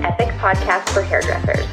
podcast for hairdressers.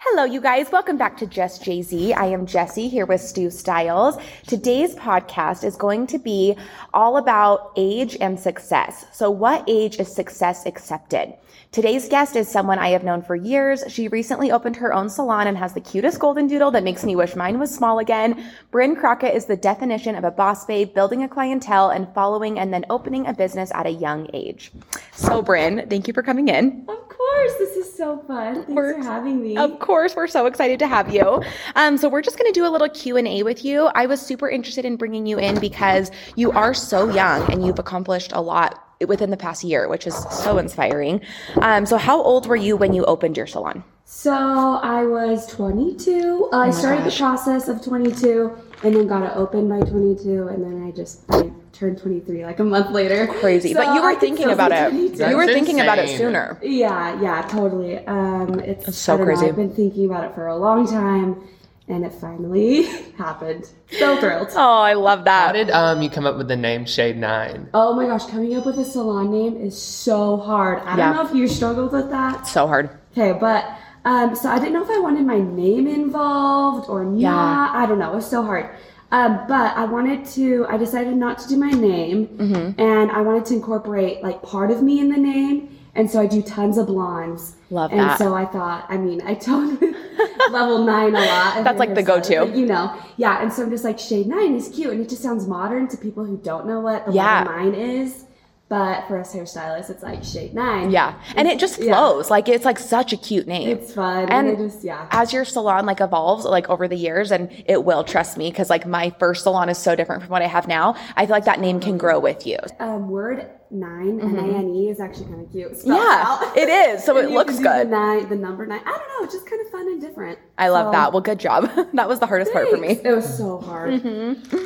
Hello, you guys. Welcome back to Just Jay Z. I am Jesse here with Stu Styles. Today's podcast is going to be all about age and success. So, what age is success accepted? Today's guest is someone I have known for years. She recently opened her own salon and has the cutest golden doodle that makes me wish mine was small again. Bryn Crockett is the definition of a boss babe, building a clientele and following and then opening a business at a young age. So, Bryn, thank you for coming in. Of course, this is so fun. Thanks We're- for having me. Of course, we're so excited to have you. Um, so we're just going to do a little Q and A with you. I was super interested in bringing you in because you are so young and you've accomplished a lot within the past year, which is so inspiring. Um, so how old were you when you opened your salon? so I was 22. Oh I started the process of 22, and then got it open by 22, and then I just I turned 23 like a month later. Crazy, So but you I were can thinking still about be it. 22. You were That's thinking about it insane. sooner. Yeah, yeah, totally. Um, it's That's so I don't know, crazy. I've been thinking about it for a long time, and it finally happened. So thrilled. Oh, I love How that. did um you come up with the name Shade Nine? Oh my gosh, coming up with a salon name is so hard. I Yeah. don't know if you struggled with that. So hard. Okay, but um, so I didn't know if I wanted my name involved or not. Yeah. I don't know. It was so hard. Um, but I wanted to. I decided not to do my name, Mm-hmm. and I wanted to incorporate like part of me in the name. And so I do tons of blondes. Love and that. so I thought. I mean, I totally level nine a lot. That's, like, the go-to. But, you know. Yeah, and so I'm just like shade nine is cute, and it just sounds modern to people who don't know what the Yeah. level nine is. But for us hairstylists, it's like shade nine. Yeah, and it just yeah. flows. Like it's like such a cute name. It's fun. And And, I just, yeah. as your salon like evolves like over the years and it will trust me because like my first salon is so different from what i have now i feel like that name can grow with you um, word 9 N-I-N-E, E is actually kind of cute. Spelled Mm-hmm. yeah out. it is so And it you looks can do good The, nine, the number nine. I don't know. It's just kind of fun and different. i love So, that well good job that was the hardest part for me Mm-hmm. thanks. It was so hard.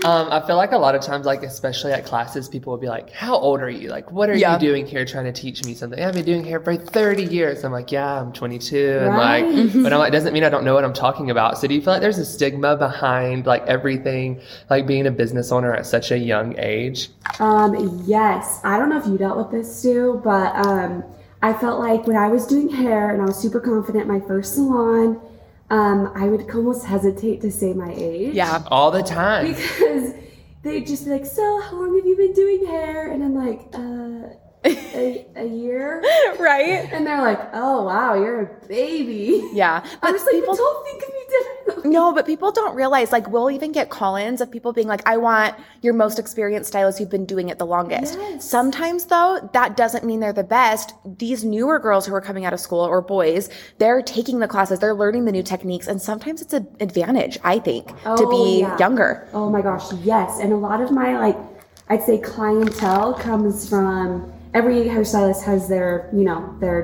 Um, I feel like a lot of times, like especially at classes, people will be like, "How old are you? Like, what are Yeah. you doing here? Trying to teach me something? I've been doing hair for thirty years." I'm like, "Yeah, I'm 22," Right. and like, but I'm like, doesn't mean I don't know what I'm talking about. So do you feel like there's a stigma behind like everything, like being a business owner at such a young age? Um, yes. I don't know if you dealt with this, Sue, but um, I felt like when I was doing hair and I was super confident in my first salon, um, I would almost hesitate to say my age. yeah All the time. because they just be like, "So, how long have you been doing hair?" And I'm like, "Uh, a, a year." right And they're like, "Oh wow, you're a baby." yeah I but was like, people "Don't think of me differently." no, but people don't realize, like, we'll even get call ins of people being like, I want your most experienced stylist who've been doing it the longest. Yes. Sometimes, though, that doesn't mean they're the best. These newer girls who are coming out of school or boys, they're taking the classes, they're learning the new techniques, and sometimes it's an advantage, I think, to Oh, be yeah. younger. Oh my gosh, yes. And a lot of my like, I'd say clientele comes from every hairstylist has their you know their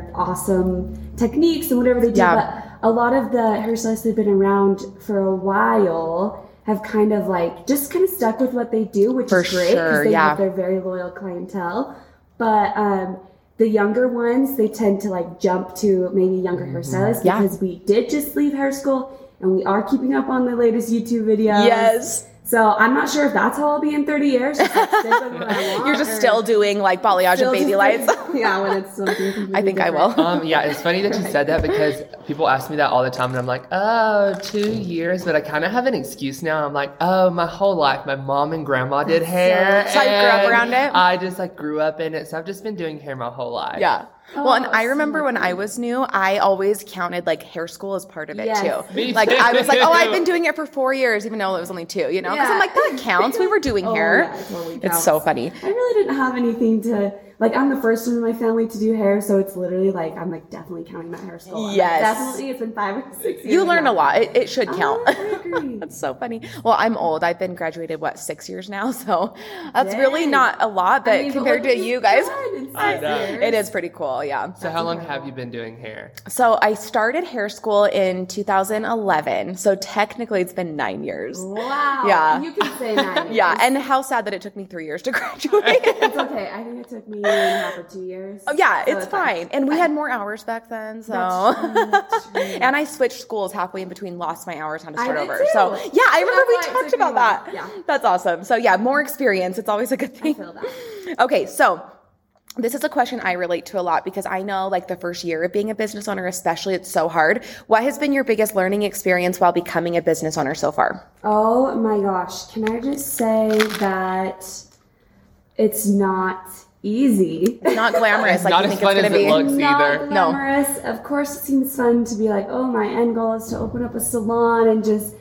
awesome techniques and whatever they do, Yeah. but a lot of the hairstylists that have been around for a while have kind of like just kind of stuck with what they do, which For is great because sure, they yeah. have their very loyal clientele. But um, the younger ones, they tend to like jump to maybe younger hairstylists Mm-hmm. Yeah. because we did just leave hair school and we are keeping up on the latest YouTube videos. Yes. So I'm not sure if that's how I'll be in 30 years. just, like, stick with what I want, You're just or still doing like balayage still and baby just, lights. like, yeah, when it's something. I completely think I different. will. Um, yeah, it's funny that you said that because people ask me that all the time, and I'm like, oh, two years, but I kind of have an excuse now. I'm like, oh, my whole life, my mom and grandma did hair. So you grew up and around it? I just like grew up in it, so I've just been doing hair my whole life. Yeah. well, and Oh, I remember when I was new, I always counted like hair school as part of it Yes. too. Me like I was like, too. oh, I've been doing it for four years, even though it was only two, you know? Because I'm Yeah. like, that counts. We were doing Oh, hair. yeah, it totally it's counts. so funny. I really didn't have anything to like. I'm the first one in my family to do hair, so it's literally like I'm like definitely counting that hair school. I'm like, Yes. definitely. It's been five or six. years You learn now. a lot. It, it should count. I agree. That's so funny. Well, I'm old. I've been graduated what six years now, so that's really Dang. not a lot, but I mean, compared look to what you you've guys, done in I six know. years. it is pretty cool. Yeah. So how long have you been doing hair? So I started hair school in 2011. So technically, it's been nine years. Wow. Yeah. You can say nine. Yeah, and how sad that it took me three years to graduate. It's okay. I think it took me a year and a half or two years. Oh, yeah, So it's fine. And we had more hours back then, so. That's true, that's true. and I switched schools halfway in between, lost my hours, had to I start did over. too. So yeah, I remember That's why it we talked took me about a while. that. Yeah. that's awesome. So yeah, more experience. It's always a good thing. feel that. Okay, so. this is a question I relate to a lot because I know like the first year of being a business owner, especially, it's so hard. What has been your biggest learning experience while becoming a business owner so far? Oh my gosh. Can I just say that it's not easy? It's not glamorous like Not you as think fun it's going as to it be. looks. either. Not No. glamorous. Of course, it seems fun to be like, oh, my end goal is to open up a salon and just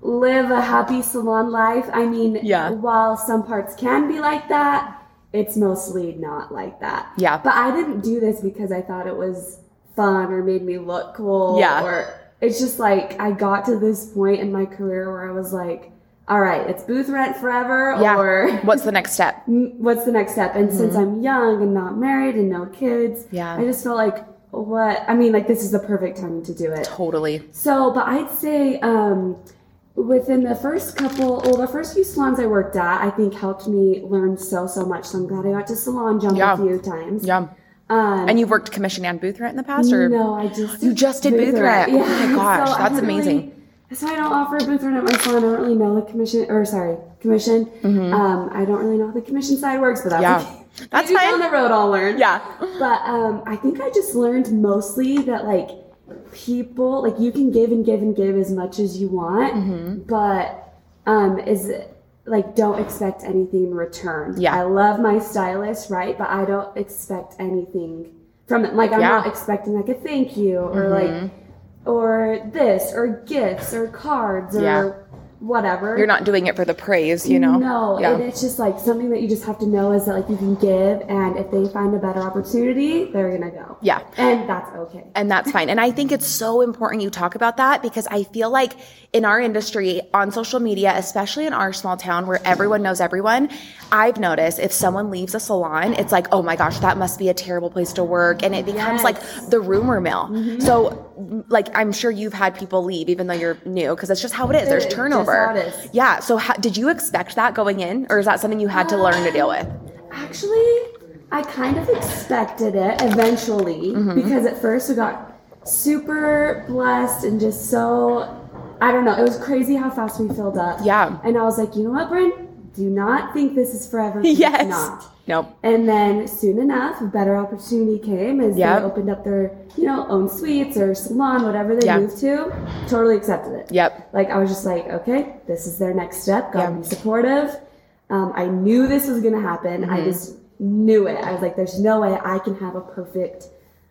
live a happy salon life. I mean, Yeah. while some parts can be like that, it's mostly not like that. Yeah. But I didn't do this because I thought it was fun or made me look cool. Yeah. Or it's just like I got to this point in my career where I was like, all right, it's booth rent forever Yeah. or What's the next step? m- what's the next step? And since I'm young and not married and no kids, Yeah. I just felt like what I mean, like this is the perfect time to do it. Totally. So, but I'd say um, within the first couple, well, the first few salons I worked at, I think helped me learn so so much. So I'm glad I got to salon jump Yeah. a few times. Yeah. Um, And you've worked commission and booth rent in the past, or no, I just You just did booth rent. Oh my gosh, I that's don't really- amazing. that's why I don't offer booth rent at my salon. I don't really know the commission, or sorry, commission. Um, I don't really know how the commission side works, but that's Mm-hmm. Yeah. okay. That's Maybe fine. down the road. I'll learn. yeah, But um, I think I just learned mostly that like people like you can give and give and give as much as you want, Mm-hmm. but um, is like don't expect anything in return. Yeah. I love my stylist, right? But I don't expect anything from it. Like I'm Yeah. Mm-hmm. not expecting like a thank you or like or this or gifts or cards or Yeah. whatever. you're not doing it for the praise, you know. No, Yeah. and it's just like something that you just have to know is that like you can give, and if they find a better opportunity, they're gonna go. Yeah. and that's okay. and that's fine. And I think it's so important you talk about that because I feel like in our industry, on social media, especially in our small town where everyone knows everyone, I've noticed if someone leaves a salon, it's like, oh my gosh, that must be a terrible place to work. And it becomes Yes. Mm-hmm. like the rumor mill. So, m- like, I'm sure you've had people leave even though you're new because that's just how it is. There's It's just turnover. how it is. Yeah. So, how, did you expect that going in or is that something you had Uh, to learn to deal with? Actually, I kind of expected it eventually Mm-hmm. because at first we got super blessed and just so I don't know. It was crazy how fast we filled up. Yeah. and I was like, you know what, Bryn? Do not think this is forever. 'cause it's Yes. not. Nope. And then soon enough, a better opportunity came as Yep. they opened up their, you know, own suites or salon, whatever they Yeah. moved to. Totally accepted it. Yep. Like I was just like, okay, this is their next step. Gotta Yeah. be supportive. Um, I knew this was gonna happen. Mm-hmm. I just knew it. I was like, there's no way I can have a perfect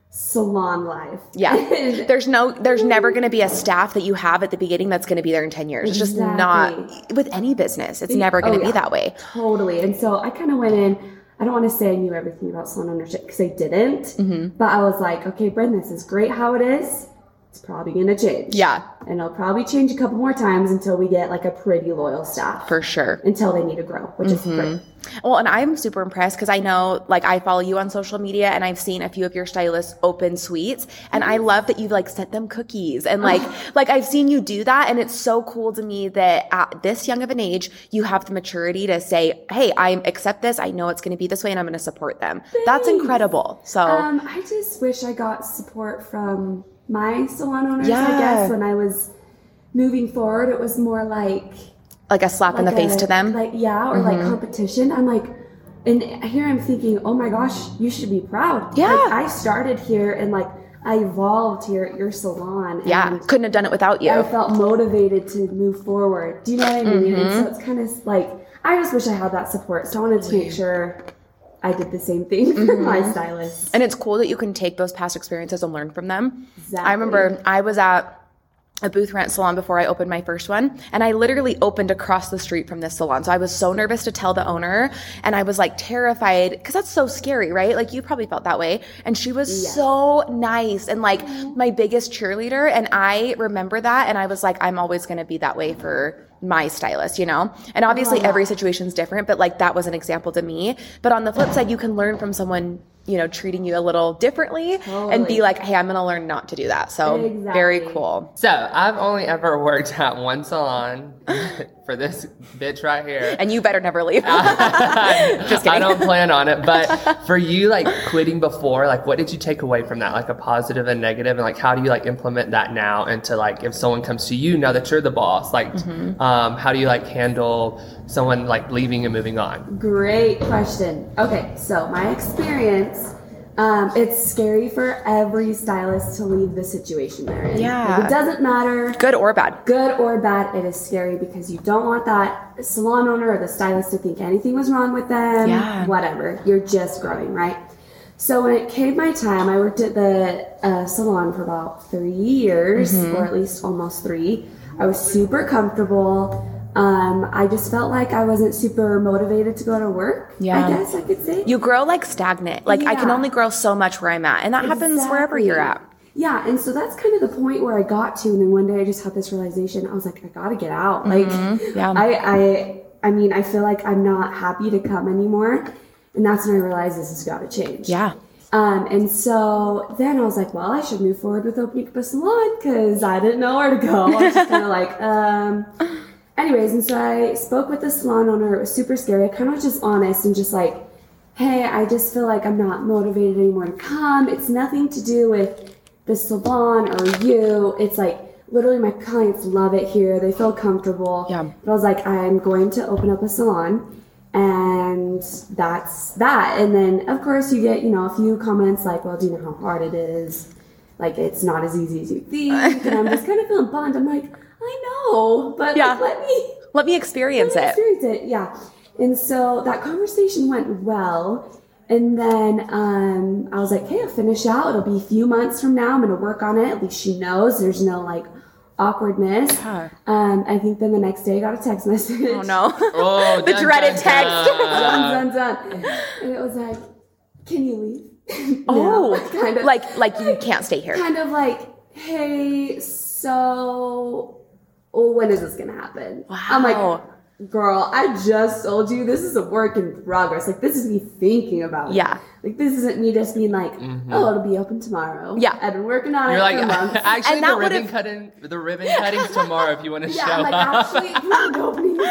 salon life. Yeah. And- There's no there's never going to be a staff that you have at the beginning that's going to be there in 10 years. It's just not Exactly. with any business. It's never going to Oh, be yeah. that way. Totally. And so I kind of went in. I don't want to say I knew everything about salon ownership because I didn't. Mm-hmm. But I was like, okay, Bryn, this is great how it is. It's probably going to change. Yeah. And it'll probably change a couple more times until we get like a pretty loyal staff. For Mm-hmm. sure. until they need to grow, which is great. Well, and I'm super impressed because I know, like, I follow you on social media and I've seen a few of your stylists open suites, and I love that you've like sent them cookies and like, like I've seen you do that, and it's so cool to me that at this young of an age, you have the maturity to say, "Hey, I accept this. I know it's going to be this way, and I'm going to support them." That's incredible. So Um, I just wish I got support from my salon owners, Yeah. I guess, when I was moving forward. It was more like like a slap in the like face a- to them. Mm-hmm. Like yeah, or like competition. I'm like and here I'm thinking, oh my gosh, you should be proud. Yeah. Like, I started here and like I evolved here at your salon. And yeah, couldn't have done it without you. I felt motivated to move forward. Do you know what I mean? Mm-hmm. And so it's kind of like I just wish I had that support. So I wanted to make sure I did the same thing for my Mm-hmm. stylist. And it's cool that you can take those past experiences and learn from them. I Exactly. remember I was at a booth rent salon before I opened my first one, and I literally opened across the street from this salon. So I was so nervous to tell the owner, and I was like terrified because that's so scary, right? Like you probably felt that way. And she was Yes. so nice and like Mm-hmm. my biggest cheerleader. And I remember that, and I was like, I'm always going to be that way for my stylist, you know? And obviously, every situation's different, but like that was an example to me. But on the flip side, you can learn from someone. You know, treating you a little differently and be Totally. like, hey, I'm gonna learn not to do that. So, very Exactly. cool. So I've only ever worked at one salon for this bitch right here. And you better never leave. Uh. Just kidding. I don't plan on it, but for you, like quitting before, like what did you take away from that? Like a positive and negative, and like how do you like implement that now? And to like if someone comes to you now that you're the boss, like Mm-hmm. um, how do you like handle someone like leaving and moving on? Great question. Okay, so my experience, um, it's scary for every stylist to leave the situation they're in. Yeah. Like, it doesn't matter, Good or bad. good or bad, it is scary because you don't want that salon owner or the stylist to think anything was wrong with them. Yeah. Whatever. You're just growing, right? So when it came my time, I worked at the uh, salon for about three years, Mm-hmm. or at least almost three. I was super comfortable. Um, I just felt like I wasn't super motivated to go to work. Yeah. I guess I could say. You grow like stagnant. Like I can Yeah. only grow so much where I'm at. And that happens wherever Exactly. you're at. Yeah, and so that's kind of the point where I got to, and then one day I just had this realization. I was like, I gotta get out. Like, Mm-hmm. yeah. I, I, I mean, I feel like I'm not happy to come anymore, and that's when I realized this has got to change. Yeah. Um, and so then I was like, well, I should move forward with opening up a salon because I didn't know where to go. I was just kind of like, um. Anyways, and so I spoke with the salon owner. It was super scary. I kind of was just honest and just like, hey, I just feel like I'm not motivated anymore to come. It's nothing to do with the salon or you. It's like literally my clients love it here. They feel comfortable. Yeah. But I was like, I'm going to open up a salon. And that's that. And then, of course, you get, you know, a few comments like, well, do you know how hard it is? Like, it's not as easy as you think. and I'm just kind of feeling bummed. I'm like, I know, but Yeah. like, let me Let me experience it. experience it. Yeah. And so that conversation went well. And then um, I was like, hey, I'll finish out. It'll be a few months from now. I'm going to work on it. At least she knows there's no like awkwardness. Yeah. Um, I think then the next day I got a text message. Oh no. Oh, The dreaded text. dun, dun, dun. And it was like, can you leave? No, Oh, kind of like like you can't stay here. kind of like, hey, so well, when is this gonna happen? I'm Wow. like, girl, I just told you this is a work in progress. Like this is me thinking about it. Yeah. Like this isn't me just being like, oh, it'll be open tomorrow. Yeah. I've been working on Mm-hmm. You're it like for months. actually And the that ribbon would've- oh cutting the ribbon cutting's tomorrow if you want to yeah, show I'm like, up. actually, we're not opening this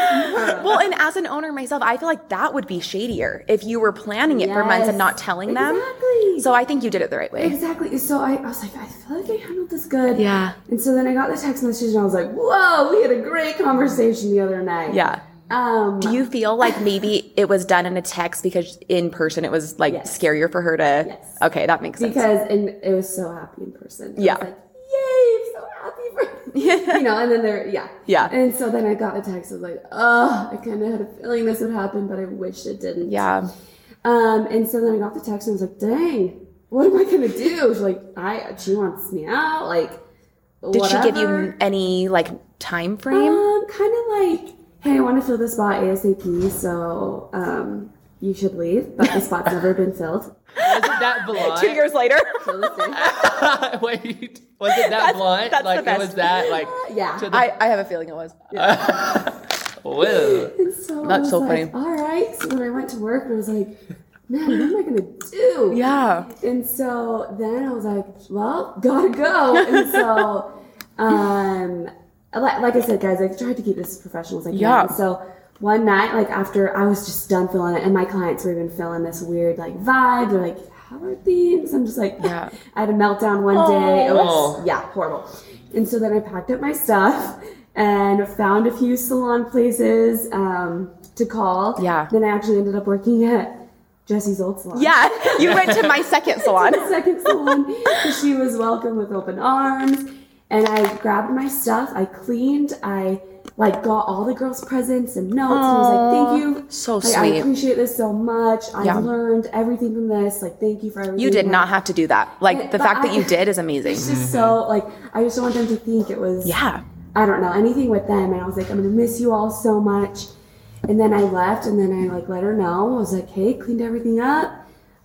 tomorrow. Well, and as an owner myself, I feel like that would be shadier if you were planning it for months and Yes. not telling them. Exactly. So I think you did it the right way. Exactly. So I, I was like, I feel like I handled this good. Yeah. And so then I got the text message and I was like, whoa, we had a great conversation the other night. Yeah. Um, Do you feel like maybe it was done in a text because in person it was like Yes. scarier for her to? Yes. Okay, that makes sense. because and it was so happy in person. I was Yeah. like, Yay! I'm so happy for you know. And then there, yeah, Yeah. And so then I got the text. I was like, oh, I kind of had a feeling this would happen, but I wish it didn't. yeah. Um, and so then I got the text and I was like, dang, what am I gonna do? She's like, I she wants me out. Like, Did she give you whatever. any like time frame? Um, kind of like, hey, I want to fill the spot ASAP, so um, you should leave. But the spot's never been filled. Wasn't that blunt? Uh, Two years later. So let's see. Wait, was it that blunt? that's the like it best. was that like Yeah. to the- I, I have a feeling it was. Whoa. And so I That's was so like, All right. So then I went to work and I was like, man, what am I gonna do? Yeah. And so then I was like, well, gotta go. And so, um, like, like I said, guys, I tried to keep this as professional as I can. Yeah. And So one night, like after I was just done feeling it, and my clients were even feeling this weird like vibe. They're like, how are things? I'm just like, Yeah. I had a meltdown one day. It Oh. was yeah, horrible. And so then I packed up my stuff and found a few salon places um, to call. Yeah. Then I actually ended up working at Jesse's old salon. Yeah. You went to my second salon. The second salon. 'cause she was welcomed with open arms. And I grabbed my stuff. I cleaned. I like got all the girls' presents and notes. And was like, Aw, thank you. so Like, I sweet. appreciate this so much. I Yeah. learned everything from this. Like, thank you for everything. You did not have to do that. Like But- the but fact that I- you did is amazing. It's just so like I just don't want them to think it was Yeah. I don't know anything with them, and I was like, I'm gonna miss you all so much. And then I left, and then I like let her know. I was like, hey, cleaned everything up.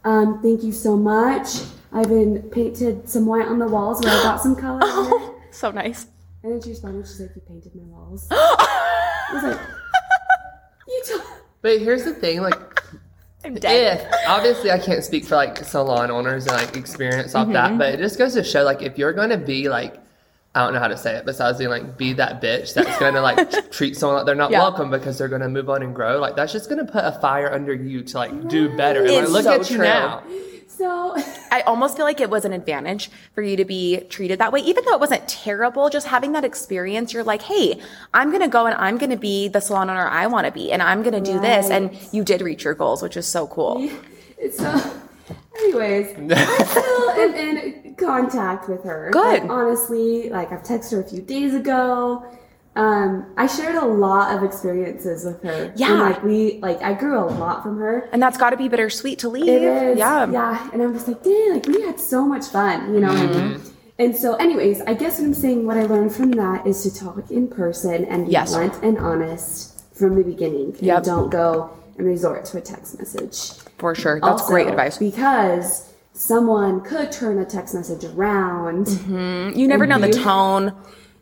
Um, thank you so much. I've been painted some white on the walls where I got some color. in it." So nice. And then she responded, she's like, you painted my walls. I was like, you told. But here's the thing, like I'm if obviously I can't speak for Mm-hmm. like salon owners and like experience off that, but it just goes to show like if you're gonna be like I don't know how to say it besides being like be that bitch that's gonna like t- treat someone like they're not Yeah. welcome because they're gonna move on and grow. Like that's just gonna put a fire under you to like do better. And like, It's look so at you true. now. So I almost feel like it was an advantage for you to be treated that way, even though it wasn't terrible. Just having that experience, you're like, hey, I'm going to go and I'm going to be the salon owner I want to be, and I'm going to do this. And you did reach your goals, which is so cool. so anyways, I still am in contact with her. Good. Like, honestly, like I've texted her a few days ago. Um, I shared a lot of experiences with her. Yeah. And, like we like I grew a lot from her. And that's got to be bittersweet to leave. It is. Yeah. Yeah. And I'm just like, dang, like we had so much fun, you know. And, Mm-hmm. and so, anyways, I guess what I'm saying, what I learned from that is to talk in person and be Yes. blunt and honest from the beginning. And Yep. don't go and resort to a text message. For sure. That's great Also, advice. Because someone could turn a text message around. You never know the Mm-hmm. tone.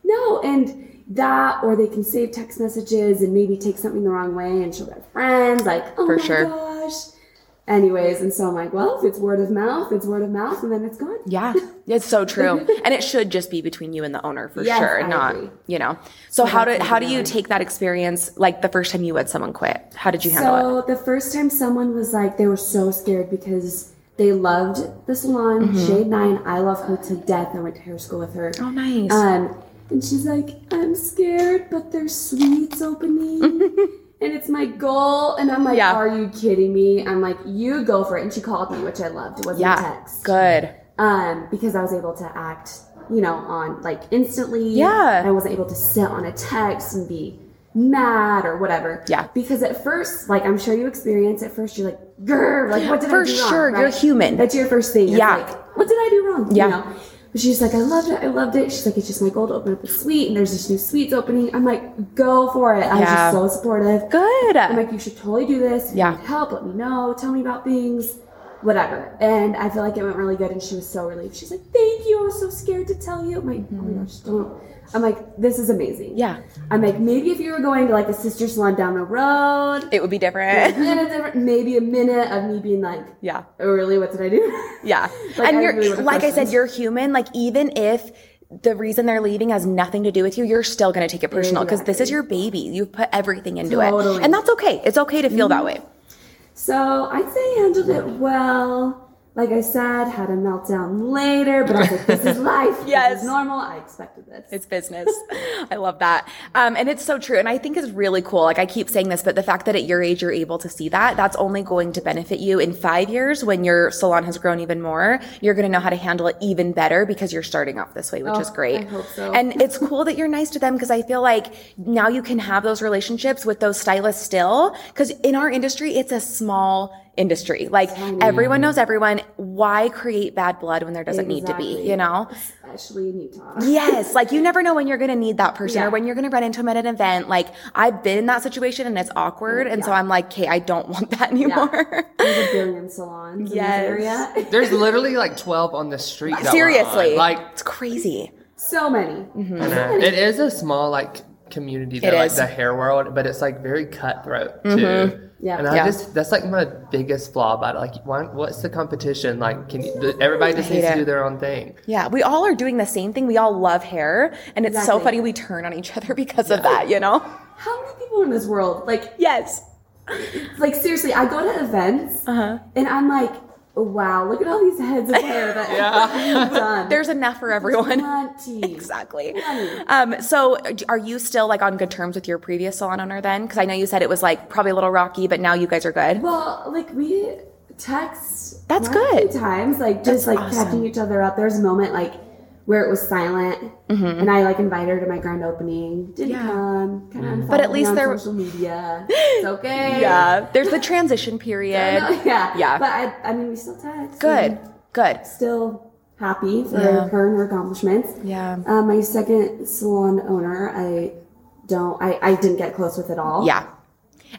No, and that, or they can save text messages and maybe take something the wrong way and show their friends, like, oh For my sure. gosh. Anyways, and so I'm like, well, if it's word of mouth, it's word of mouth, and then it's gone. Yeah, it's so true, and it should just be between you and the owner for Yes, sure, and I not agree. you know. So how that's did how do you really- take that experience? Like the first time you had someone quit, how did you handle it? so the first time someone was like, they were so scared because they loved the salon, Shade Nine. I love her to death. I went to hair school with her. Mm-hmm. Oh, nice. Um, and she's like, I'm scared, but there's suites opening. and it's my goal. And I'm like, Yeah. are you kidding me? I'm like, you go for it. And she called me, which I loved. It wasn't yeah, text. good. Um, because I was able to act, you know, on like instantly. Yeah. I wasn't able to sit on a text and be mad or whatever. Yeah. Because at first, like I'm sure you experience at first, you're like, grr, like what did For I do sure, wrong? you're human. That's your first thing. It's Yeah. Like, what did I do wrong? Yeah. You know? But she's like, I loved it. I loved it. She's like, it's just my goal to open up a suite, and there's this new suites opening. I'm like, go for it. I was Yeah. just so supportive. Good. I'm like, you should totally do this. If you Yeah. need help, let me know. Tell me about things, whatever. And I feel like it went really good. And she was so relieved. She's like, thank you. I was so scared to tell you. I'm like, oh my gosh, don't. I'm like, this is amazing. Mm-hmm. Yeah. I'm like, maybe if you were going to like a sister salon down the road, it would be and different. a different, maybe a minute of me being like, Yeah. oh really? What did I do? Yeah. Like, and I you're really would've like I said, questioned. you're human. Like even if the reason they're leaving has nothing to do with you, you're still gonna take it personal because this is Exactly. your baby. You've put everything into Totally. Mm-hmm. it. And that's okay. It's okay to feel that way. So I'd say I handled it well. Like I said, had a meltdown later, but I was like, this is life. This Yes. is normal. I expected this. It's business. I love that. Um, and it's so true. And I think it's really cool. Like I keep saying this, but the fact that at your age you're able to see that, that's only going to benefit you in five years when your salon has grown even more. You're going to know how to handle it even better because you're starting off this way, which Oh, is great. I hope so. And it's cool that you're nice to them because I feel like now you can have those relationships with those stylists still. Cause in our industry, it's a small industry. Like everyone knows everyone. Why create bad blood when there doesn't need to be, Exactly. you know? especially in Utah. Yes, like you never know when you're going to need that person Yeah. or when you're going to run into them at an event. Like I've been in that situation and it's awkward, and so I'm like, okay, I don't want that anymore. There's a billion salons Yes. in this area. There's literally like 12 on the street. that we're on. Seriously, Like, it's crazy. So many. Mm-hmm. I know. it is a small like community that It like is. the hair world, but it's like very cutthroat too. Yeah. and I Yeah. just that's like my biggest flaw about it. Like, why, what's the competition? Like, can you, everybody just I hate needs it. to do their own thing? Yeah, we all are doing the same thing. We all love hair, and it's so Exactly. funny we turn on each other because of that. You know? How many people in this world? Like, Yes. like seriously, I go to events Uh-huh. and I'm like, wow, look at all these heads of hair that Yeah. have done. There's enough for everyone. plenty. Exactly. Plenty. Um, so, are you still like on good terms with your previous salon owner then? Because I know you said it was like probably a little rocky, but now you guys are good. Well, like we text. That's quite a few good. Times like just That's like awesome. catching each other up. There's a moment like where it was silent, and I like invited her to my grand opening. Didn't Mm-hmm. Yeah. Mm-hmm. come. Kind of But at least on there- social media. It's okay. Yeah, there's the transition I know, period. yeah. Yeah. But I, I mean, we still text. Good, and good. Still happy for Yeah. her and her accomplishments. Yeah. Uh, my second salon owner, I don't. I I didn't get close with at all. Yeah.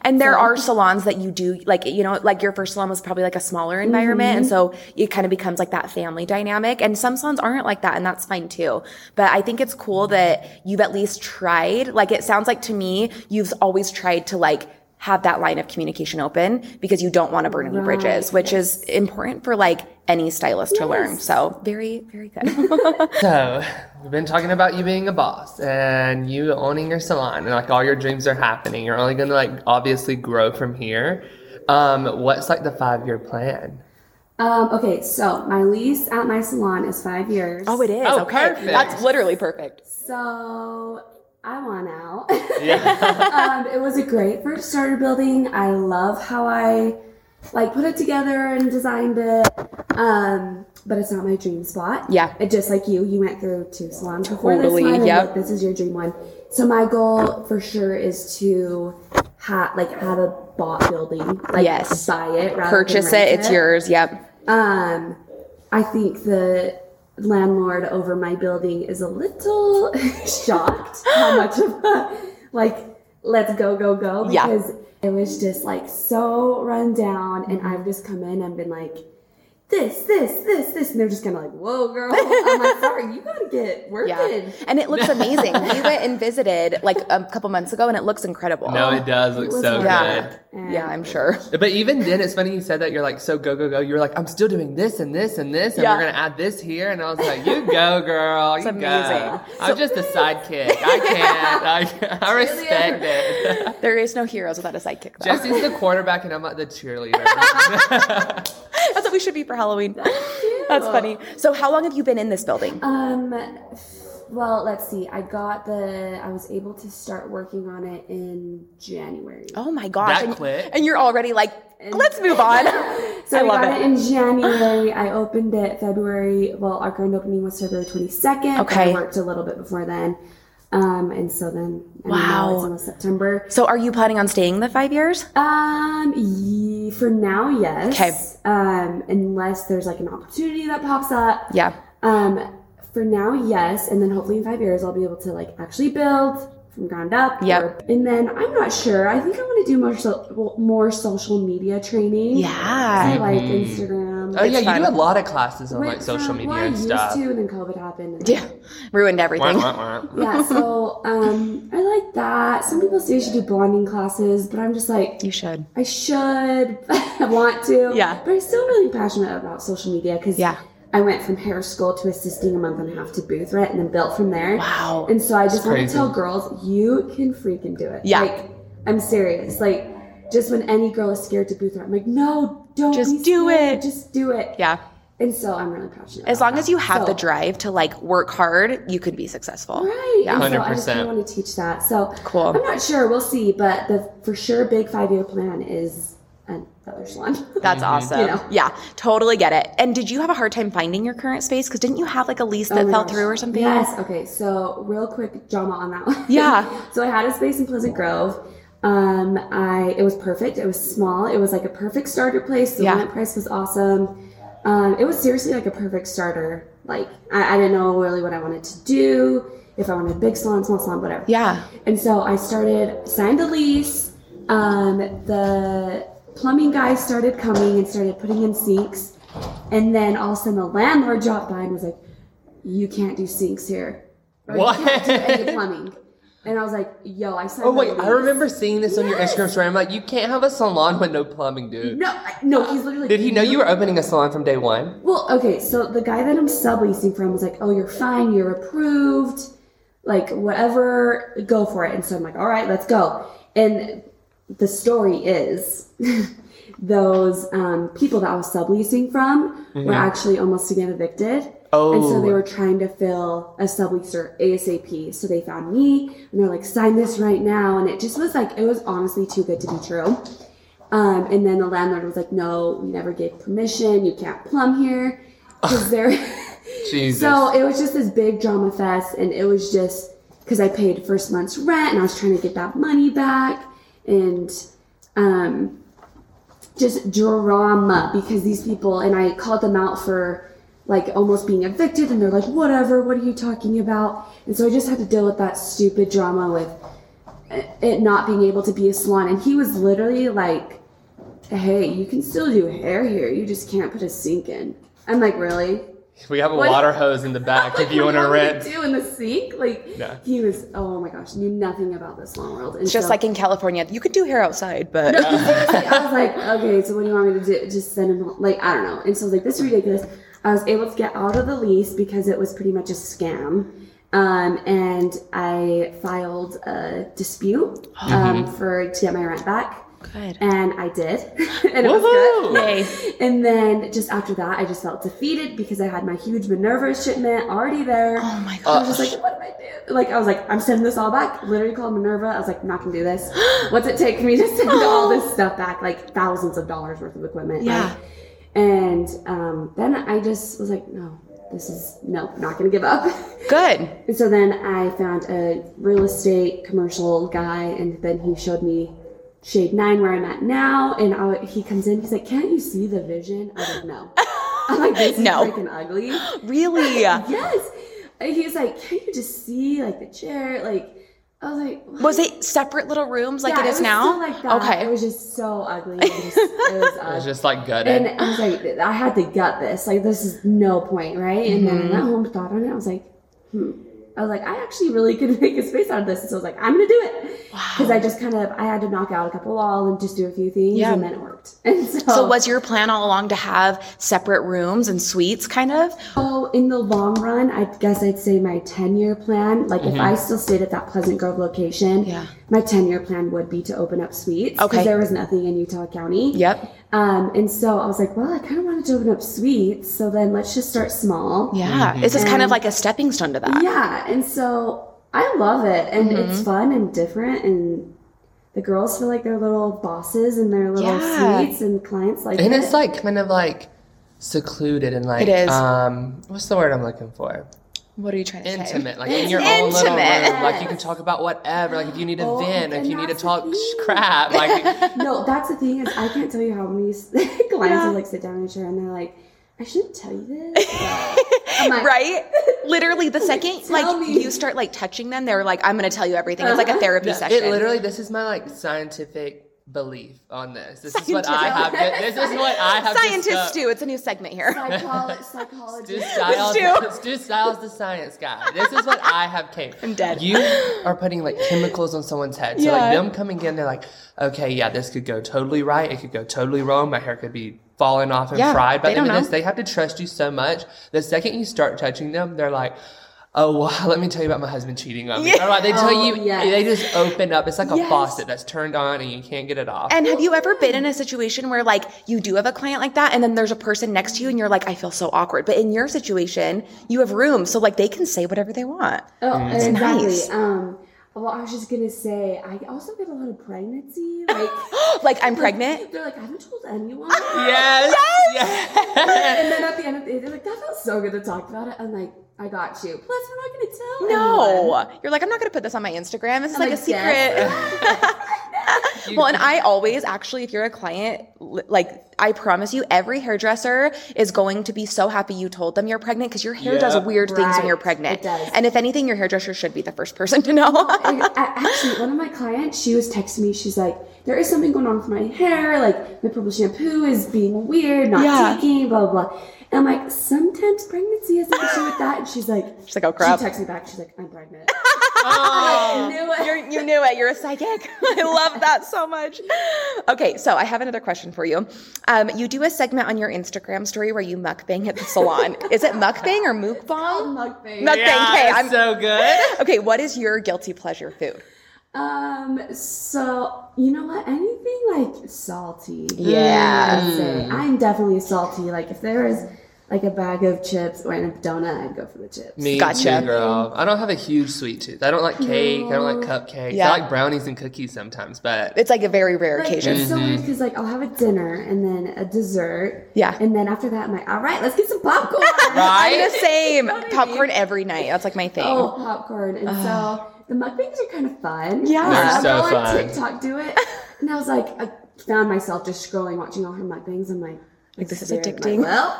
And there are salons that you do like, you know, like your first salon was probably like a smaller environment. And so it kind of becomes like that family dynamic. And some salons aren't like that. And that's fine too. But I think it's cool that you've at least tried. Like it sounds like to me, you've always tried to like have that line of communication open because you don't want to burn any bridges, which is important for like any stylist to learn. So very, very good. So, we've been talking about you being a boss and you owning your salon and like all your dreams are happening. You're only going to like obviously grow from here. Um, what's like the five year plan? Um, okay, so my lease at my salon is five years. oh, it is. Oh, okay. perfect. That's literally perfect. So I want out. Yeah. um, it was a great first starter building. I love how I like put it together and designed it. Um, but it's not my dream spot. Yeah. It just like you, you went through two salons before Totally, this one. and, yep. like, this is your dream one. So my goal for sure is to ha- like have a bought building. Like Yes. buy it, rather Purchase than it. rent It's yours. Yep. um, I think the landlord over my building is a little shocked how much of a, like, let's go, go, go. Yeah. Because it was just like so run down, and I've just come in and been like, this, this, this, this. And they're just kind of like, whoa, girl. I'm like, sorry, you gotta get working. Yeah. And it looks amazing. we went and visited like a couple months ago and it looks incredible. no, it does look was so hard. yeah. good. And- Yeah, I'm sure. But even then, it's funny you said that you're like so go go go. You were like, I'm still doing this and this and this, and Yeah. we're gonna add this here. And I was like, you go, girl, you amazing. go. I'm just a sidekick. I can't. I, I respect it. There is no heroes without a sidekick. Though. Jesse's the quarterback, and I'm like the cheerleader. Oh, That's what we should be for Halloween. That's funny. So, how long have you been in this building? Um, well, let's see. I got the, I was able to start working on it in January. Oh my gosh! That and, quick. and you're already like, let's move on. So I I, love it. got it. in January. I opened it February. Well, our grand opening was February 22nd. Okay. I worked a little bit before then. Um, and so then, and Wow. now it's almost September. So, are you planning on staying the five years? Um, ye- for now, yes. Okay. Um, unless there's like an opportunity that pops up. Yeah. Um, for now, yes. And then hopefully in five years, I'll be able to like actually build from ground up. Yep. Or- And then I'm not sure. I think I want to do more, so- more social media training. I Yeah. like Instagram. oh yeah, fun. you do a lot of classes on Mm-hmm. like Went social from- media well, I and used stuff. To, and then COVID happened. and- Yeah. Ruined everything. Wah, wah, wah. yeah, so um, I like that. Some people say you should do blonding classes, but I'm just like, You should. I should, I want to. Yeah. But I'm still really passionate about social media because Yeah. I went from hair school to assisting a month and a half to booth rent and then built from there. Wow. And so I just want to crazy. tell girls, you can freaking do it. Yeah. Like, I'm serious. Like, just when any girl is scared to booth rent, I'm like, no, don't Just be do scared. it. Just do it. Yeah. And so I'm really passionate. As about long as you have the So- drive to like work hard, you can be successful. Right. Yeah. And So I just 100%. kind of want to teach that. So Cool. I'm not sure. We'll see. But the for sure big five year plan is another salon. That's awesome. You know. Yeah, totally get it. And did you have a hard time finding your current space? Because didn't you have like a lease Oh that my fell gosh. through or something? Yes. Okay. So real quick drama on that one. Yeah. so I had a space in Pleasant Grove. Um, I it was perfect. It was small. It was like a perfect starter place. The Yeah. rent price was awesome. Um, it was seriously like a perfect starter. Like I, I didn't know really what I wanted to do. If I wanted a big salon, small salon, whatever. Yeah. And so I started, signed a lease. Um, the plumbing guys started coming and started putting in sinks. And then all of a sudden the landlord dropped by and was like, You can't do sinks here. Or What? You can't do any plumbing. And I was like, Yo, I signed Oh a wait, lease. I remember seeing this on your Yes. Instagram story. I'm like, you can't have a salon with no plumbing, dude. No, I- no, he's literally. Did he know you were opening a salon from day one? Well, okay, so the guy that I'm subleasing from was like, "Oh, you're fine, you're approved, like whatever, go for it." And so I'm like, "All right, let's go." And the story is, those um, people that I was subleasing from were actually almost to get evicted. And so they Oh. were trying to fill a subleaser ASAP. So they found me and they're like, sign this right now. And it just was like, it was honestly too good to be true. Um, and then the landlord was like, no, we never gave permission. You can't plumb here. 'Cause they're- Jesus. so it was just this big drama fest, and it was just because I paid first month's rent and I was trying to get that money back, and um, just drama because these people and I called them out for like almost being evicted, and they're like, "Whatever, what are you talking about?" And so I just had to deal with that stupid drama with uh, it not being able to be a salon, and he was literally like. Hey, you can still do hair here. You just can't put a sink in. I'm like, really? We have a What- water hose in the back if Like, you want to what rent. do we do in the sink? Like Yeah. he was. Oh my gosh, knew nothing about the small world. And It's just so- like in California, you could do hair outside, but Seriously, I was like, okay, so what do you want me to do? Just send him home. Like, I don't know. And so I was like, this is ridiculous. I was able to get out of the lease because it was pretty much a scam. Um, and I filed a dispute um, Mm-hmm. for to get my rent back. good. And I did. and it was good. Woohoo! Yay. And then just after that, I just felt defeated because I had my huge Minerva shipment already there. Oh my I god. was just like, what did I do? Like, I was like, I'm sending this all back. Literally called Minerva. I was like, I'm not gonna do this. What's it take for me to send all this stuff back? Like thousands of dollars worth of equipment. Oh. Yeah. Like, and um, then I just was like, no, this is no, not gonna give up. Good. and so then I found a real estate commercial guy, and then he showed me Shade Nine where I'm at now. And I, he comes in, he's like, can't you see the vision? I was like, no. I'm like, this is No. freaking ugly. Really? Yes. And he was like, Can you just see like the chair? Like I was like, what? Was it separate little rooms like Yeah, it is was now? still like that. It Okay. was just so ugly. It was, it was It's ugly. just like And gutted. I was like, I had to gut this. Like this is no point, right? And then I went home, thought on it. I was like, hmm. I was like, I actually really could make a space out of this. And so I was like, I'm gonna do it because I just kind of I had to knock out a couple walls and just do a few things, Yeah. and then it worked. And so, So was your plan all along to have separate rooms and suites kind of? So Oh, in the long run, I guess I'd say my 10 year plan, like if I still stayed at that Pleasant Grove location, Mm-hmm. Yeah. my 10 year plan would be to open up suites. 'cause Okay. there was nothing in Utah County. Yep. Um, and so I was like, well, I kind of wanted to open up suites. So then let's just start small. Yeah. This is kind of And- like a stepping stone to that. Yeah, and so I love it, and Mm-hmm. it's fun and different, and the girls feel like they're little bosses in their little Yeah. suites, and clients like And it. it's like kind of like secluded and like It is. um what's the word I'm looking for? What are you trying to say? Intimate. Like in your own little room. Intimate. Like you can talk about whatever. Like if you need to Oh, vent, if and you need to that's the talk thing. crap. Like No, that's the thing is I can't tell you how many s- clients will like sit down in a chair and they're like, I shouldn't tell you this. I'm like, Right? Literally the second tell like me. Uh-huh. you start like touching them, they're like, I'm gonna tell you everything. It's like a therapy session. it literally this is my like scientific belief on this. This is what I have Scientific. this is what I have Scientists discovered. do. It's a new segment here. Psycholo- psychology. Stu Styles, Stu. Stu Styles, the science guy. This is what I have came. I'm dead. You are putting like chemicals on someone's head. So Yeah. like them coming in, they're like, okay, yeah, this could go totally right. It could go totally wrong. My hair could be falling off and Yeah, fried. By they the end don't of this, know. they have to trust you so much. The second you start touching them, they're like. Oh well, let me tell you about my husband cheating on me. Yeah. All right, they tell Oh, you, yes. they just open up. It's like a Yes. faucet that's turned on and you can't get it off. And have you ever been in a situation where like you do have a client like that and then there's a person next to you and you're like, I feel so awkward. But in your situation, you have room. So like they can say whatever they want. Oh, exactly. nice. Um, well, I was just gonna say, I also get a lot of pregnancy. Like, like I'm pregnant. they're like, I haven't told anyone. yes, yes. And then at the end of the day, they're like, that felt so good to talk about it. I'm like, I got you. Plus, we're not gonna tell. anyone. No. Youyou're like, I'm not gonna put this on my Instagram. This is I'm like a like, secret. You- Well, and I always actually, if you're a client, li- like I promise you, every hairdresser is going to be so happy you told them you're pregnant because your hair does Yeah. weird things when you're Right. pregnant. It does. And if anything, your hairdresser should be the first person to know. And a- actually, one of my clients, she was texting me. She's like, "There is something going on with my hair. Like my purple shampoo is being weird, not Yeah. taking, blah blah." blah." And I'm like, "Sometimes pregnancy has an issue with that." And she's like, She's like, oh crap. She texts me back. She's like, "I'm pregnant." I Oh. knew it. You're, you knew it. You're a psychic. I love that so much. Okay, so I have another question for you. Um, you do a segment on your Instagram story where you mukbang at the salon. Is it mukbang or mukbang? Mukbang. Mukbang. okay, Yeah, I'm- it's so good. Okay, what is your guilty pleasure food? Um. So you know what? Anything like salty. Yeah. I'd say. I'm definitely salty. Like if there is like a bag of chips or a donut, I'd go for the chips. Me Gotcha. too, girl. I don't have a huge sweet tooth. I don't like cake. I don't like cupcakes. Yeah. I like brownies and cookies sometimes, but It's like a very rare Like, occasion. It's so weird Mm-hmm. because like I'll have a dinner and then a dessert. Yeah. And then after that, I'm like, all right, let's get some popcorn. I'm the right? same. what I mean? Popcorn every night. That's like my thing. Oh, popcorn. And so the mukbangs are kind of fun. Yeah. They're I so go on fun. TikTok do it, and I was like, I found myself just scrolling, watching all her mukbangs. I'm like, Like, this is weird. I'm like, addicting. well,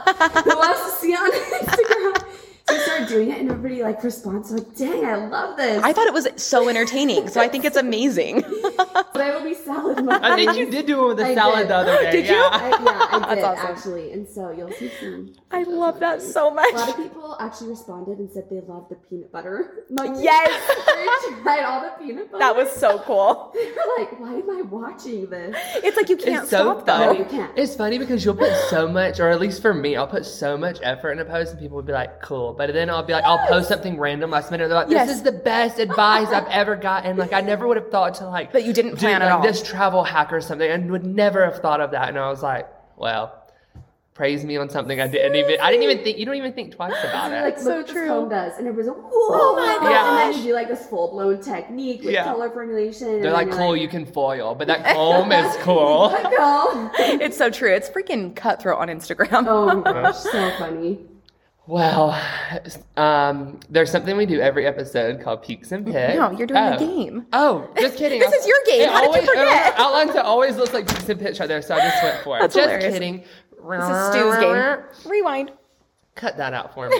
who else to see on Instagram? So I started doing it, and everybody like responds like, dang, I love this. I thought it was so entertaining. So I think it's amazing. but I will be salad mukbangs. I think you did do one with the I salad did. the other day. Did you? yeah. I, yeah, I That's it, awesome. actually. And so you'll see some. I love that so A lot of much. people actually responded and said they loved the peanut butter. monkey. Yes. they tried all the peanut butter. That was so cool. They were like, why am I watching this? It's like you can't it's so stop funny. you though. can't. It's funny because you'll put so much, or at least for me, I'll put so much effort in a post, and people would be like, "Cool," but then I'll be like, "I'll post something random last minute." They're like, "This Yes. is the best advice I've ever gotten." Like, I never would have thought to like But you didn't do, plan at like, all. this travel hack or something, and would never have thought of that. And I was like, "Well." Praise me on something I didn't even. I didn't even think. You don't even think twice about You're it. like, That's look so what true. this comb does. And everyone's like, oh my my god. And gosh. then you do like this full blown technique with Yeah. color formulation. and They're like, then "Cool, you're you can foil," but that comb is cool. like, "Go." It's so true. It's freaking cutthroat on Instagram. Oh my gosh, so funny. Well, um, there's something we do every episode called Peaks and Pits. No, you're doing the Oh. game. Oh, just kidding. This is your game. It How did you always, forget? Our outlines it always looks like Peaks and Pits right there, so I just went for it. That's just hilarious. kidding. This is Stu's game. Rewind. Cut that out for me.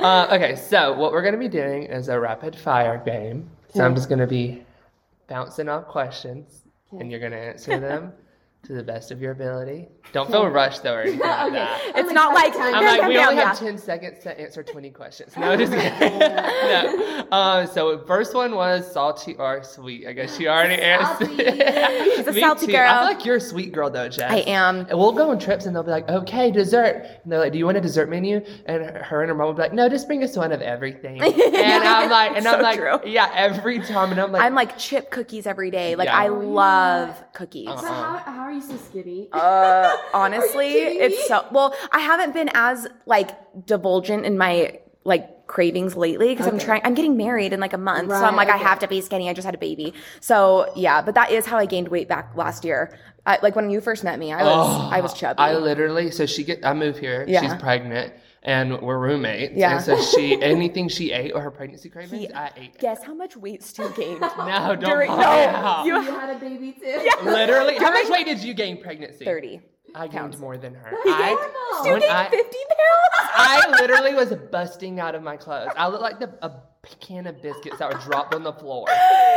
uh, okay, so what we're going to be doing is a rapid fire game. So I'm Okay. just going to be bouncing off questions, Okay. and you're going to answer them to the best of your ability. Don't feel rushed though, or anything like Okay. that. I'm It's not like- trying to I'm Yeah, like, yeah, we yeah, only have yeah. 10 seconds to answer 20 questions. No, just kidding. no. Um, so, first one was salty or sweet. I guess she already answered. Salty. She's a Me salty too. girl. I feel like you're a sweet girl, though, Jess. I am. And we'll go on trips and they'll be like, okay, dessert. And they're like, do you want a dessert menu? And her and her mom will be like, no, just bring us one of everything. And I'm like, and I'm So like, true. yeah, every time. And I'm like, I'm like chip cookies every day. Like Yeah. I Oh, yeah. love cookies. So Uh-uh. how, how are you so skinny? Uh, Are honestly, you kidding it's me? so well. I haven't been as like divulgent in my like cravings lately because I'm Okay. trying. I'm getting married in like a month, so I'm Right, like, I okay. have to be skinny. I just had a baby, so yeah. But that is how I gained weight back last year. I, like when you first met me, I was Oh, I was chubby. I literally so she get I move here. Yeah. She's pregnant and we're roommates. Yeah. And so she anything she ate or her pregnancy cravings, He- I ate. Guess how much weight Stu gained? No, don't During- call no, me out. you- You had a baby too. Yeah. literally how much weight did you gain pregnancy? Thirty. I gained more than her. normal. I, You when gained I, fifty pounds. I literally was busting out of my clothes. I looked like the a can of biscuits that were dropped on the floor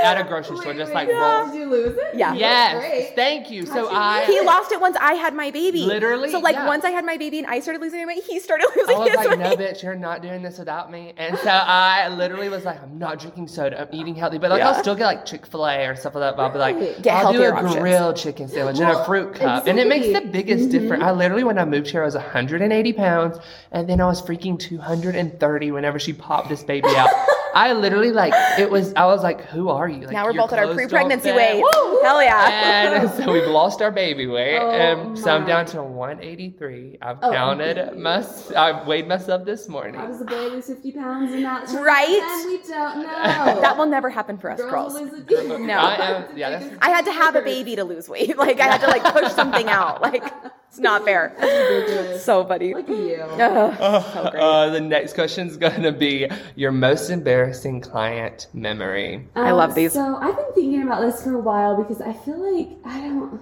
at a grocery store, just like rolled. Did you lose it? Yeah. Yes, Great. thank you. So Touching I He lost it once I had my baby. Literally, So like yeah. once I had my baby and I started losing weight, he started losing I was his like, weight. no, bitch, you're not doing this without me. And so I literally was like, I'm not drinking soda. I'm eating healthy. But like, I'll Yeah. still get like Chick fil A or stuff like that. But I'll be like, Get I'll do a healthier options. grilled chicken sandwich and a Well, fruit cup. And it makes the exactly. biggest Mm-hmm. difference. I literally, when I moved here, I was 180 pounds. And then I was freaking 230 whenever she popped this baby out. I literally, like, it was, I was like, who are you? Like, now we're your both at our clothes don't pre-pregnancy fit. weight. Woo! Hell yeah. And so we've lost our baby weight, Oh and so I'm my. down to 183. I've Oh, counted goodness. my, I've weighed myself this How morning. does a boy lose 50 pounds in that? short Right? time? we don't know. That will never happen for us Girls girls. lose a No. I am- yeah, that's- I had to have a baby to lose weight. Like I had to like push something out. Like it's not fair. Ridiculous. So funny. Look at you. Ugh. so great. Uh, the next question is going to be your most embarrassing client memory. I love these. Um, So I've been thinking about this for a while because I feel like I don't,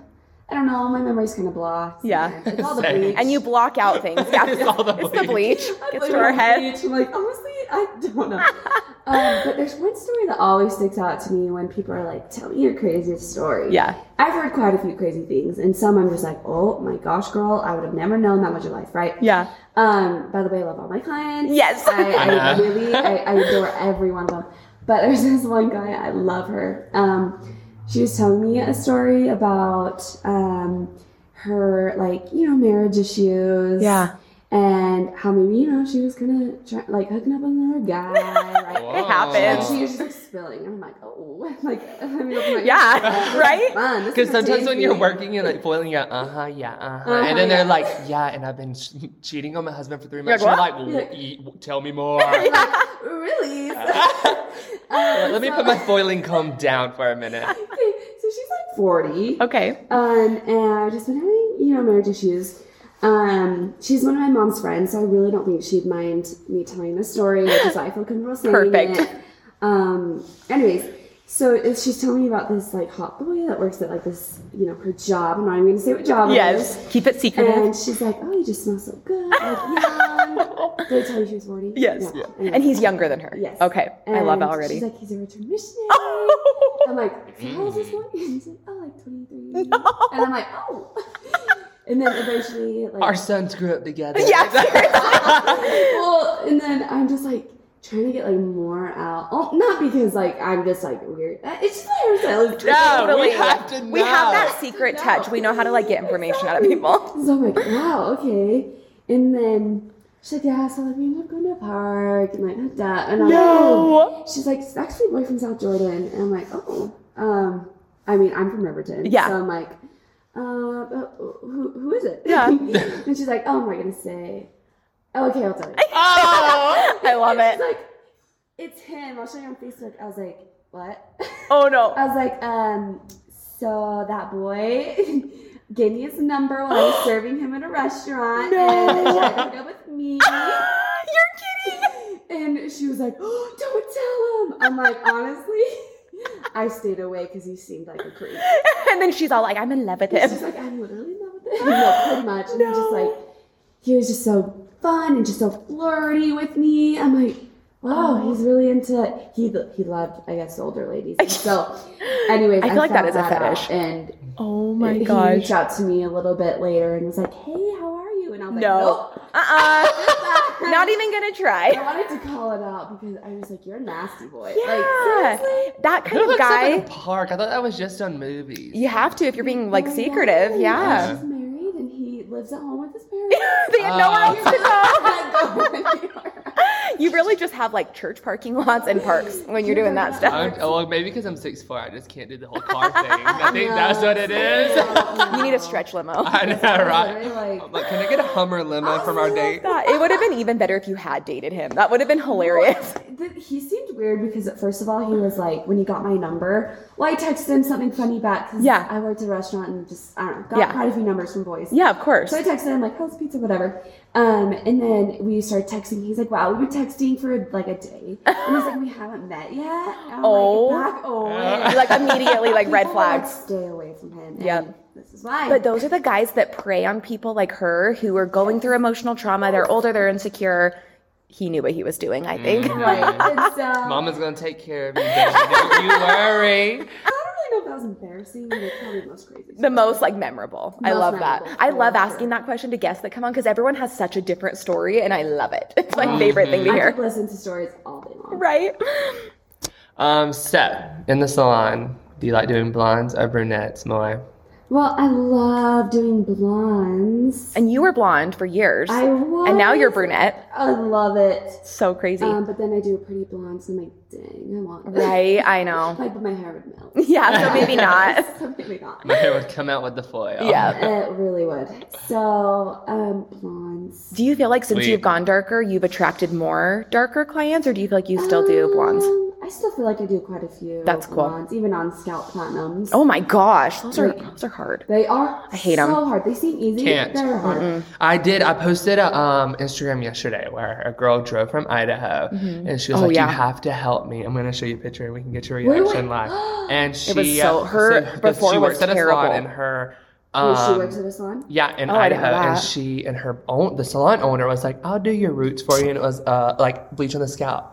I don't know. My memory's kind of blah. Yeah. sometimes. It's all the Same. bleach. and you block out things. Yeah. It's all the It's the bleach. I Gets blame to our the head. bleach. I'm like, honestly, I don't know. um, but there's one story that always sticks out to me when people are like, "Tell me your craziest story." Yeah. I've heard quite a few crazy things, and some I'm just like, "Oh my gosh, girl, I would have never known that much of life, right?" Yeah. Um, by the way, I love all my clients. Yes. I, I Yeah. really, I, I adore every one of them. But there's this one guy, I love her. Um, she was telling me a story about um, her, like, you know, marriage issues. Yeah. And how maybe, you know, she was kind of try- like hooking up with another guy. Right? Whoa. And happens. she was just like spilling. And I'm like, oh, like, I mean, open my Yeah. Right? Fun. This Because is gonna sometimes take when me. you're working, you're like foiling your uh huh, yeah, uh huh. Uh-huh, And then they're yeah. like, yeah, and I've been ch- cheating on my husband for three months. like, You're what? like, w- e- tell me more. really? Let me put my foiling comb down for a minute. Okay, so she's like 40. Okay. Um, and I've just been having, you know, marriage issues. Um, she's one of my mom's friends, so I really don't think she'd mind me telling this story, which is why I feel comfortable saying Perfect. it. Um, anyways, so if she's telling me about this like hot boy that works at like this, you know, her job. I'm not even gonna say what job it is. Yes. Keep it secretive. And she's like, "Oh, you just smell so good, like young." Did I tell you she was forty? Yes. No. Anyway. And he's younger than her. Yes. Okay. I love And that already. She's like, "He's a return missionary." I'm like, so how old is this one? "Oh." And he's like, oh, like 23. And I'm like, oh. And then eventually, like, Our sons grew up together. Yeah, seriously. well, and then I'm just like trying to get like more out. Oh, not because like I'm just like weird. Uh, It's just my hairstyle. is No, different. we Totally. have to know. We have that secret touch. We know how to like get information out of people. So I'm like, wow, okay. And then she's like, yeah, so like we ended up going to a park and like hooked up. And I'm like, No. oh. she's like, it's actually my boy from South Jordan. And I'm like, oh, um, I mean, I'm from Riverton. Yeah. So I'm like, uh, but who, who is it? Yeah. and she's like, oh, I'm not gonna say. Oh, okay, I'll tell you. Oh. I love it. She's like, it's him. I'll show you on Facebook. I was like, what? Oh no. I was like, um, so that boy gave me his number when I was serving him at a restaurant and he tried to hook up with me. You're kidding. And she was like, oh, don't tell him. I'm like, honestly, I stayed away because he seemed like a creep. And then she's all like, I'm in love with She's him. like, I'm literally in love with him. No, pretty much. And I'm just like, he was just so fun and just so flirty with me. I'm like, Oh. wow, he's really into. He he loved, I guess, older ladies. And so, anyways, I feel like that found is a fetish. out, and Oh my he gosh. reached out to me a little bit later and was like, "Hey, how are you?" And I was like, No. "Nope." Uh-uh. Not even gonna I try. wanted to call it out because I was like, "You're a nasty boy." Like, Yeah. seriously? That Who kind of looks up guy. at a park? I thought that was just on movies. You have to if you're being like Oh my secretive. God. Yeah. And She's married and he lives at home with his parents. They had nowhere Uh. else to go. Like, You really just have like church parking lots and parks when you're doing that stuff. I'm, oh, well, maybe because I'm six four, I just can't do the whole car thing. I think that's what it is. You need a stretch limo. I know, right? Like, I'm like, can I get a Hummer limo from our date? That- it would have been even better if you had dated him. That would have been hilarious. Th- He seemed weird because first of all he was like when he got my number, well I texted him something funny back because Yeah. I worked at a restaurant and just I don't know got Yeah. quite a few numbers from boys. Yeah, of course. So I texted him like how's pizza whatever, um and then we started texting. He's like wow we've been texting for like a day and he's like we haven't met yet. And I'm Oh. like, back away. Like immediately, like red People, like, flags. stay away from him. and Yep. This is why. But those are the guys that prey on people like her who are going through emotional trauma. They're older, they're insecure. He knew what he was doing, I think. Mm. right. uh, And so, Mama's gonna take care of you. Baby. Don't you worry. I don't really know if that was embarrassing. but it's probably the most crazy. The most like memorable. I Most love that. memorable, I for love sure. asking that question to guests that come on because everyone has such a different story and I love it. It's my favorite thing to I hear. could listen to stories all day long. Right? Um, so in the salon, do you like doing blondes or brunettes more? Well, I love doing blondes. And you were blonde for years. I was. and now you're brunette. I love it. So crazy. Um, but then I do a pretty blonde, so I'm like, dang, I want. right? I know. like, but my hair would melt. Yeah, so maybe not. so maybe not. My hair would come out with the foil. Yeah. It really would. So, um, blondes. Do you feel like since We- you've gone darker, you've attracted more darker clients, or do you feel like you still do blondes? Um, I still feel like I do quite a few. That's cool. Blondes, even on scalp platinums. Oh my gosh, those are Like- those are hard. They are. I hate so 'em. hard. They seem easy. Can't. They're hard. I did. I posted a um, Instagram yesterday where a girl drove from Idaho, and she was Oh, like, yeah. "You have to help me. I'm going to show you a picture, and we can get your Wait, reaction wait. live." And she uh, It was so- her before she was works at a salon, terrible. and her Well, she um, works at a salon. yeah in Oh, I didn't Idaho, know and that. she and her own the salon owner was like, "I'll do your roots for you," and it was uh, like bleach on the scalp.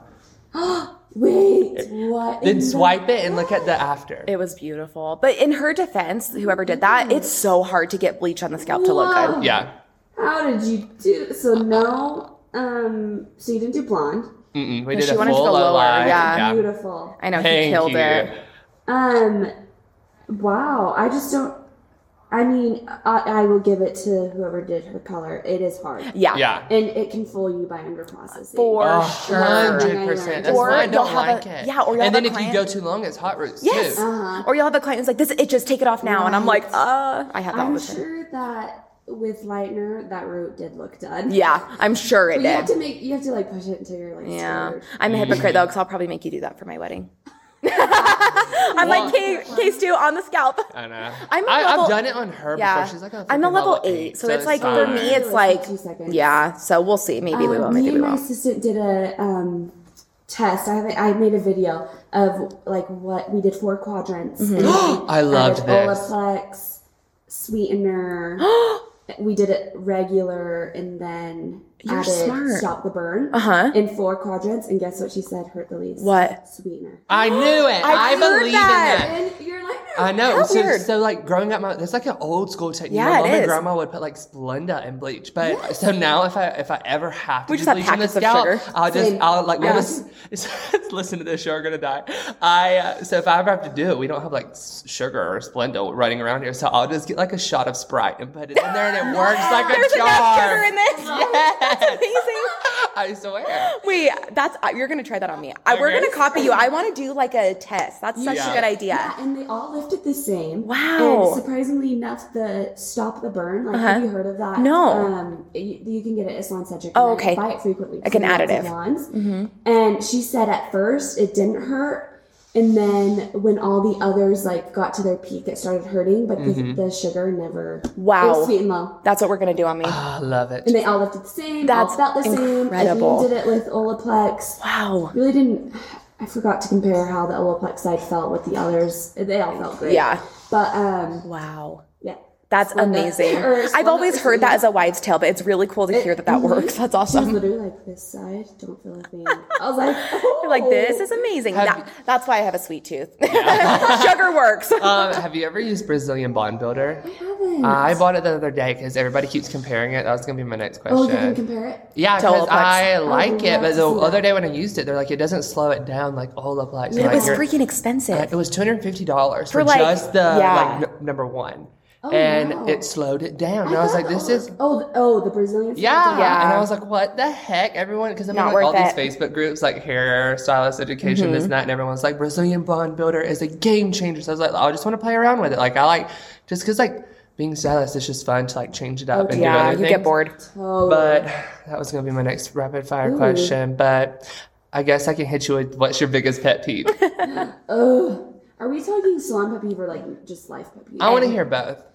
Oh Wait, what? in Then the- swipe it and look at the after. It was beautiful, but in her defense, whoever did that, it's so hard to get bleach on the scalp to look Whoa. good. yeah. How did you do? So no, um, so you didn't do blonde. Mm-mm. We No, did she a wanted to full go low lower, line. yeah. Beautiful. I know he Thank killed you. it. Um, wow. I just don't. I mean, I, I will give it to whoever did her color. It is hard, Yeah, Yeah. and it can fool you by under processing. Uh-huh. for A sure. hundred percent. That's Or why I you'll don't have like a- it. yeah, or you'll have and then a if you client- go too long, it's hot roots Yes. too. Uh-huh. Or you'll have a client who's like, "This itches, take it off now," and I'm like, "Uh, I have that all I'm the time." sure that with lightener, that root did look done. Yeah, I'm sure it But you have did. to make. You have to like push it until you're like. Yeah, scared. I'm a hypocrite though, because I'll probably make you do that for my wedding. I'm like, "K, K, Stu on the scalp." I know. I'm a I, level- I've done it on her Yeah. before. She's like, a I'm a freaking level eight, so it's like for fine. me, it's like, Two seconds. yeah. So we'll see. Maybe we Um, will. Me Maybe and we my will. assistant did a um, test. I haven't, I made a video of like what we did four quadrants. Mm-hmm. And we I loved added this. Olaplex, sweetener. we did it regular and then You're added smart. stop the burn Uh huh. in four quadrants. And guess what she said hurt the least? What? Sweetener. I knew it. I've I heard believe that. in that. And you're like, I know. How so, weird. so like growing up, my that's like an old school technique. Yeah, my it mom and is. grandma would put like Splenda and bleach. But so now, if I if I ever have to We do just have bleach in the packets of scalp, sugar. I'll just Same. I'll like Yeah. let's listen to this show. We're gonna die. I uh, so if I ever have to do it, we don't have like s- sugar or Splenda running around here, so I'll just get like a shot of Sprite and put it in there, and it works like a There's charm. enough sugar in this. Yes. That's amazing. I swear. Wait, that's uh, you're gonna try that on me. I, we're Okay. gonna copy you. I want to do like a test. That's such Yeah. a good idea. Yeah, and they all lifted the same. Wow. And surprisingly enough, the Stop the Burn, like, have Uh-huh. you heard of that? No. Um, you, you can get it at Salon Cedric. Oh, and I okay. buy it frequently. Like an from lots of additive. Mm-hmm. salons. And she said at first it didn't hurt. And then when all the others, like, got to their peak, it started hurting, but the, the sugar never. It Wow. was sweet and low. That's what we're gonna do on me. Ah, I love it. And they all lifted the same. That's all felt the same. I incredible. did it with Olaplex. wow. Really didn't. I forgot to compare how the Olaplex side felt with the others. They all felt great. Yeah. But um, Wow. yeah. That's Splenda. amazing. Or I've Splenda always or heard that as a wives' tale, but it's really cool to hear that that Mhm. works. That's She was awesome. literally like this side, don't feel a thing. I was like, oh. You're like, this is amazing. Have That, you- that's why I have a sweet tooth. Sugar works. Um, have you ever used Brazilian bond builder? I haven't. I bought it the other day because everybody keeps comparing it. That was gonna be my next question. oh, you can compare it. yeah, To because Olaplex. I I like would it, love but to the see other day when I used it, they're like, it doesn't slow it down like Olaplex. It like, was you're- freaking uh, expensive. It was two hundred and fifty dollars for, For, like- just the yeah. like n- number one, Oh, and wow. it slowed it down. And I was thought like, the this Ola- is Oh, the, oh, the Brazilian. side yeah. did it. And I was like, what the heck? Everyone, because I'm Not in like, all worth Mm-hmm. these Facebook groups, like hair, stylist education, this and that, and everyone's like, Brazilian bond builder is a game changer. So I was like, I just want to play around with it. Like, I like, just because, like, being stylist is just fun to, like, change it up and do Oh, Yeah, other you things. get bored. Totally. But that was going to be my next rapid fire Ooh. question. But I guess I can hit you with what's your biggest pet peeve? Ugh. Are we talking salon pet peeve or like just life pet peeve? I want to hear both.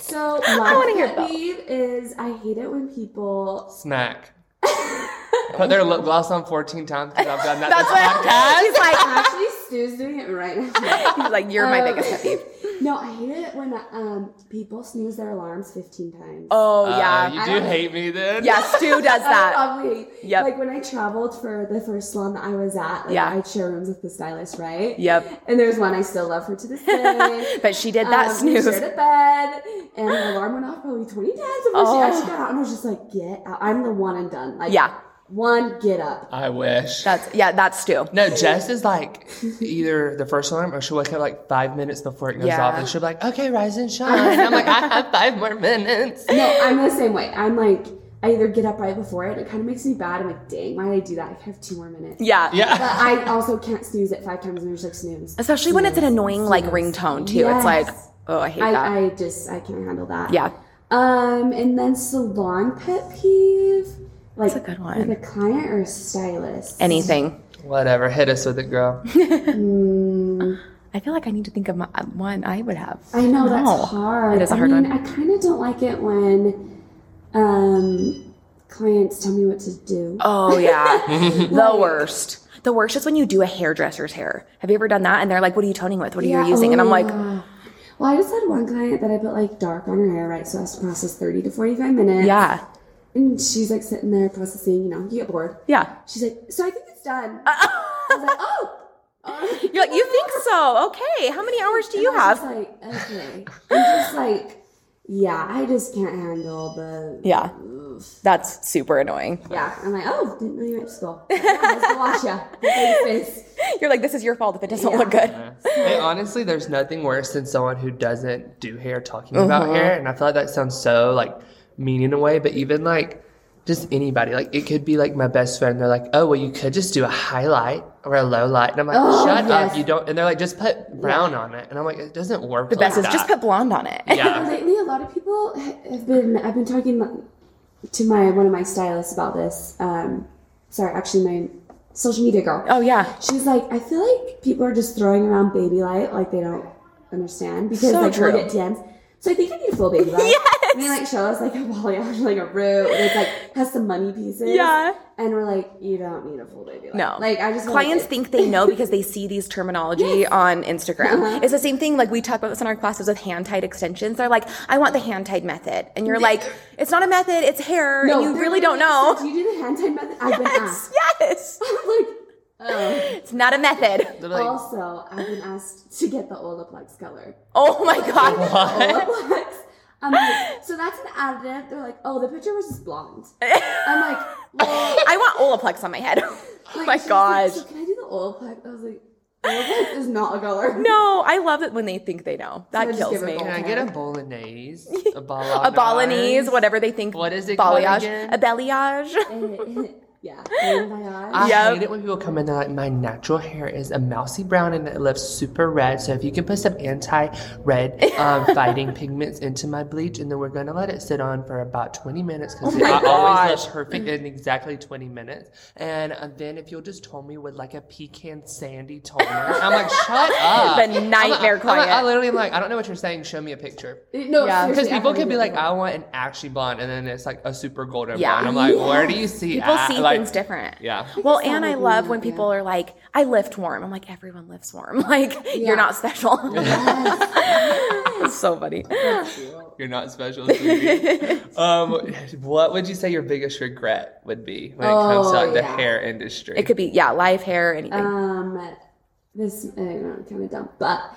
So wanna life hear pet both. peeve is I hate it when people Smack. Put their lip gloss on 14 times because I've done that That's this what he's like. actually Stu's doing it right now. He's like, you're my Um, biggest pet peeve. No, I hate it when um people snooze their alarms fifteen times. Oh Uh, yeah. you do hate me then? yeah, Stu does I that. probably Yep. like when I traveled for the first salon that I was at. Like, Yeah. I'd share rooms with the stylist, right? Yep. And there's one I still love her to this day. But she did that Um, we snooze. shared a bed, and the alarm went off probably twenty times before Oh. she actually got out, and I was just like, "Get out!" I'm the one and done. Like, Yeah. one get up. I wish. That's yeah, that's Stu. No, Jess is like either the first alarm or she'll wake up like five minutes before it goes Yeah. off and she'll be like, okay, rise and shine. And I'm like, I have five more minutes. No, I'm the same way. I'm like, I either get up right before it. It kind of makes me bad. I'm like, "Dang, why did I do that? I have two more minutes." Yeah. But Yeah. I also can't snooze it five times and there's like snooze. Especially when it's an Snooze, annoying like snooze. ringtone too. It's Yes. like, oh, I hate that. I, I just I can't handle that. Yeah. Um, and then salon pet peeve. Like a good one. Like a client or a stylist. Anything. Whatever. Hit us with it, girl. I feel like I need to think of my, one I would have. I know No. that's hard. It is a I hard mean, one. I kind of don't like it when um clients tell me what to do. Oh yeah, the worst. The worst is when you do a hairdresser's hair. Have you ever done that? And they're like, "What are you toning with? What are Yeah, you using?" oh, and I'm like, yeah. Well, I just had one client that I put like dark on her hair, right? So it has to process 30 to 45 minutes. "Yeah, And she's like sitting there processing, you know, you get bored. yeah." She's like, so I think it's done. I was like, oh. oh. You're like, "You think so? Okay. How many hours do you I was have?" just like, okay. I'm just like, yeah, I just can't handle the. Yeah, that's super annoying. Yeah. I'm like, oh, didn't know you went to school. "Oh, Yeah, let's watch ya. You're like, "This is your fault if it doesn't look good." And honestly, there's nothing worse than someone who doesn't do hair talking Uh-huh. about hair. And I feel like that sounds so like mean in a way, but even like just anybody, like it could be like my best friend. They're like, oh, well, you could just do a highlight or a low light. And I'm like, Oh, shut yes. up. You don't. And they're like, just put brown on it. And I'm like, it doesn't work. The best is just put blonde on it. Yeah. Lately, a lot of people have been. I've been talking to my one of my stylists about this. Um, sorry, actually, my social media girl. Oh yeah. She's like, I feel like people are just throwing around baby light like they don't understand because So like we'll true. get DMs. So I think I need a full baby light. Yes. And they like show us like a wally art, like a root, and it's like has some money pieces. Yeah. And we're like, you don't need a full baby light. No. Like I just want clients it- think they know because they see these terminology on Instagram. Uh-huh. It's the same thing like we talk about this in our classes with hand tied extensions. They're like, I want the hand tied method. And you're like, it's not a method, it's hair, No, and you they're really don't literally know. like, "So Do you do the hand tied method? I've been Yes, yes. asked. I'm like, It's not a method. They're like, also, I've been asked to get the Olaplex color. Oh my god. what? Olaplex. I'm like, so that's an additive. They're like, oh, the picture was just blonde. I'm like, well, I want Olaplex on my head. oh my like, she was like, gosh. so can I do the Olaplex? I was like, Olaplex is not a color. No, I love it when they think they know. That I just kills give her me. gold. Can I get a bolognese? A bolognese? A Balinese, whatever they think. Oh, What is it called Balayage. again? A balayage. yeah. in my eyes. I Yep. hate it when people come in. They're like, "My natural hair is a mousy brown and it looks super red. So if you can put some anti-red um, fighting pigments into my bleach, and then we're gonna let it sit on for about 20 minutes because it Oh my always gosh. looks perfect in exactly 20 minutes. And uh, then if you'll just tone me with like a pecan sandy toner, I'm like, shut up. The I'm like- nightmare I'm like- I client. literally am like, I don't know what you're saying. Show me a picture. No, Yeah. seriously, Because I people wanna can be do like, the I want an ashy blonde, and then it's like a super golden Yeah. blonde. I'm like, where do you see? People that? see Like, things different. Yeah. Well, saw and that I in love that, when yeah. people are like, I lift warm. I'm like, everyone lifts warm. Like, Yeah. you're not special. it's so funny. You're not special. Susie. um, what would you say your biggest regret would be when it comes to Oh, like, the yeah. hair industry? It could be, yeah, live hair, anything. Um, this I don't know, kind of dumb, but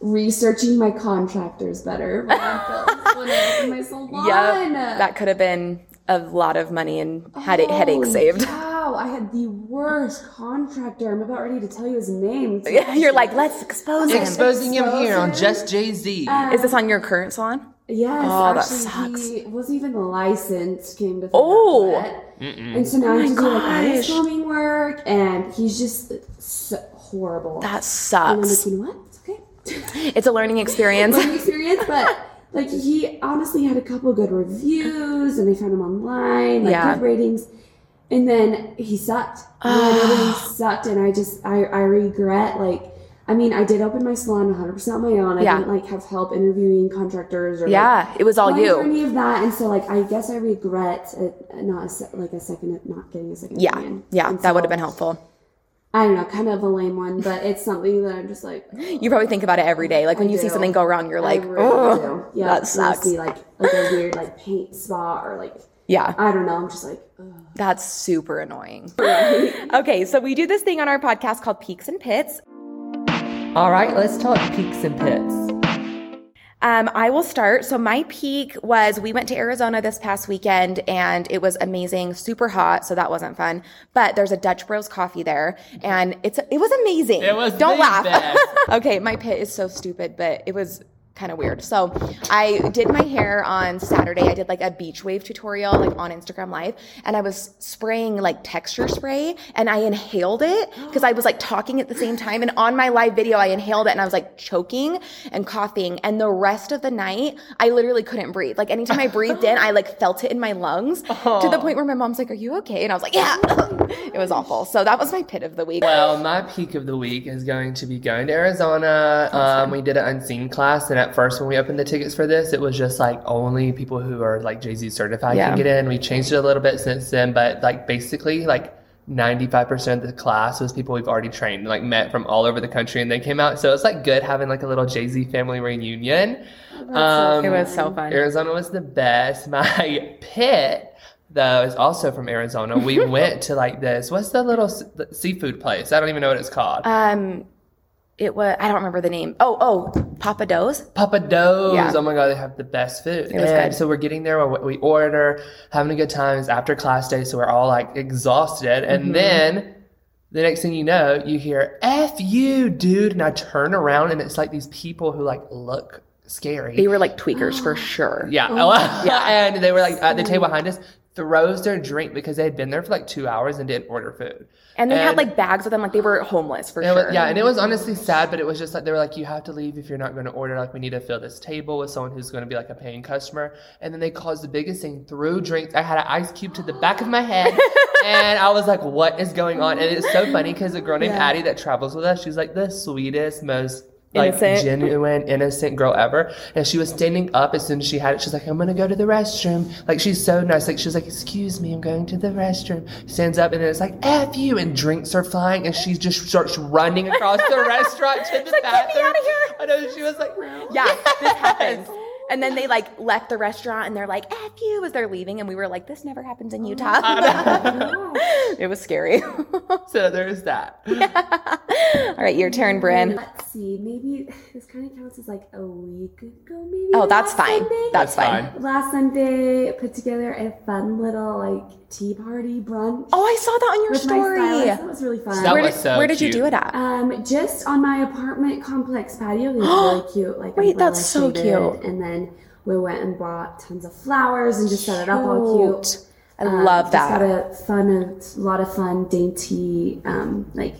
researching my contractors better when I built- when I opened my salon. yeah. That could have been a lot of money and had it headaches Holy saved. Wow, I had the worst contractor. I'm about ready to tell you his name. you're like, let's expose him. Exposing him here on Exposing? Just Jay Z. Is this on your current salon? Yes, Oh, that actually, he wasn't even licensed. Came to find out Oh. that. and so now I have to do like gosh. filming work, and he's just so horrible. That and I'm sucks. like, you know what? It's okay. It's a learning experience. learning experience, but like he honestly had a couple good reviews and I found him online, like Yeah. good ratings. And then he sucked. And everything sucked and I just I, I regret like I mean I did open my salon 100 percent on my own. I Yeah. didn't like have help interviewing contractors or like, yeah, it was all going through you. any of that. And so like I guess I regret it, not a, se- like a second not getting a second Yeah, opinion. yeah, And that would so, have been helpful. I don't know, kind of a lame one, but it's something that I'm just like You probably think about it every day. Like when I you see do. something go wrong, you're like, I "Ugh, do. Yeah, that when I sucks. See like like a weird like paint spot or like yeah. I don't know. I'm just like ugh. That's super annoying. okay, so we do this thing on our podcast called Peaks and Pits. All right, let's talk peaks and pits. Um, I will start. So my peak was we went to Arizona this past weekend and it was amazing, super hot. So that wasn't fun. But there's a Dutch Bros coffee there, and it's it was amazing. It was Don't the laugh. best. okay, my pit is so stupid, but it was kind of weird. So I did my hair on Saturday. I did like a beach wave tutorial like on Instagram live and I was spraying like texture spray and I inhaled it because I was like talking at the same time and on my live video I inhaled it and I was like choking and coughing and the rest of the night I literally couldn't breathe. Like anytime I breathed in I like felt it in my lungs to the point where my mom's like are you okay? And I was like yeah. it was awful. So that was my pit of the week. Well, my peak of the week is going to be going to Arizona. Um, we did an unseen class, and at first, when we opened the tickets for this, it was just like only people who are like Jay Z certified Yeah. can get in. We changed it a little bit since then, but like basically, like. 95% of the class was people we've already trained, like met from all over the country, and they came out. So it's like good having like a little Jay Z family reunion. Um, it was so fun. Arizona was the best. My pit, though, is also from Arizona. We went to like this. What's the little s- the seafood place? I don't even know what it's called. Um, it was I don't remember the name. Oh, oh, Papa Do's. Papa Do's. Yeah. Oh my God, they have the best food. was and good. so we're getting there, we we order, having a good time. It's after class day, so we're all like exhausted. And Mm-hmm. then the next thing you know, you hear, F you, dude. And I turn around and it's like these people who like look scary. They were Oh, like tweakers for sure. Yeah. yeah. And they were like at the table behind us, throws their drink because they had been there for like two hours and didn't order food. And they had And- like bags with them, like they were homeless for It sure. was, yeah, and it was honestly sad, but it was just like they were like, "You have to leave if you're not going to order. Like, we need to fill this table with someone who's going to be like a paying customer." And then they caused the biggest thing through drinks. I had an ice cube to the back of my head, and I was like, "What is going on?" And it's so funny because a girl named Addie that travels with us, she's like the sweetest, most like Innocent. genuine, innocent girl ever. And she was standing up as soon as she had it. She's like, I'm gonna go to the restroom. Like she's so nice. Like she's like, excuse me, I'm going to the restroom. Stands up and then it's like, F you and drinks are flying and she just starts running across the restaurant to the like, "Get me bathroom. outta here. I know she was like, Yeah, this happens. And then they like left the restaurant and they're like, F you as they're leaving. And we were like, this never happens in Utah. it was scary. So there's that. All right, your turn, Bryn. Let's see. Maybe this kind of counts as like a week ago, maybe. Oh, that's last fine. Sunday? That's fine. fine. Last Sunday, put together a fun little like tea party brunch. Oh, I saw that on your with story. My stylist. That was really fun. That where was did, so where did you cute. do it at? Um, just on my apartment complex patio. They were really cute. Like Wait, that's umbrella so shaded. cute. And then we went and bought tons of flowers and just set it up all cute. Cute. I Um, love Just had that. a fun, a lot of fun, dainty, um, like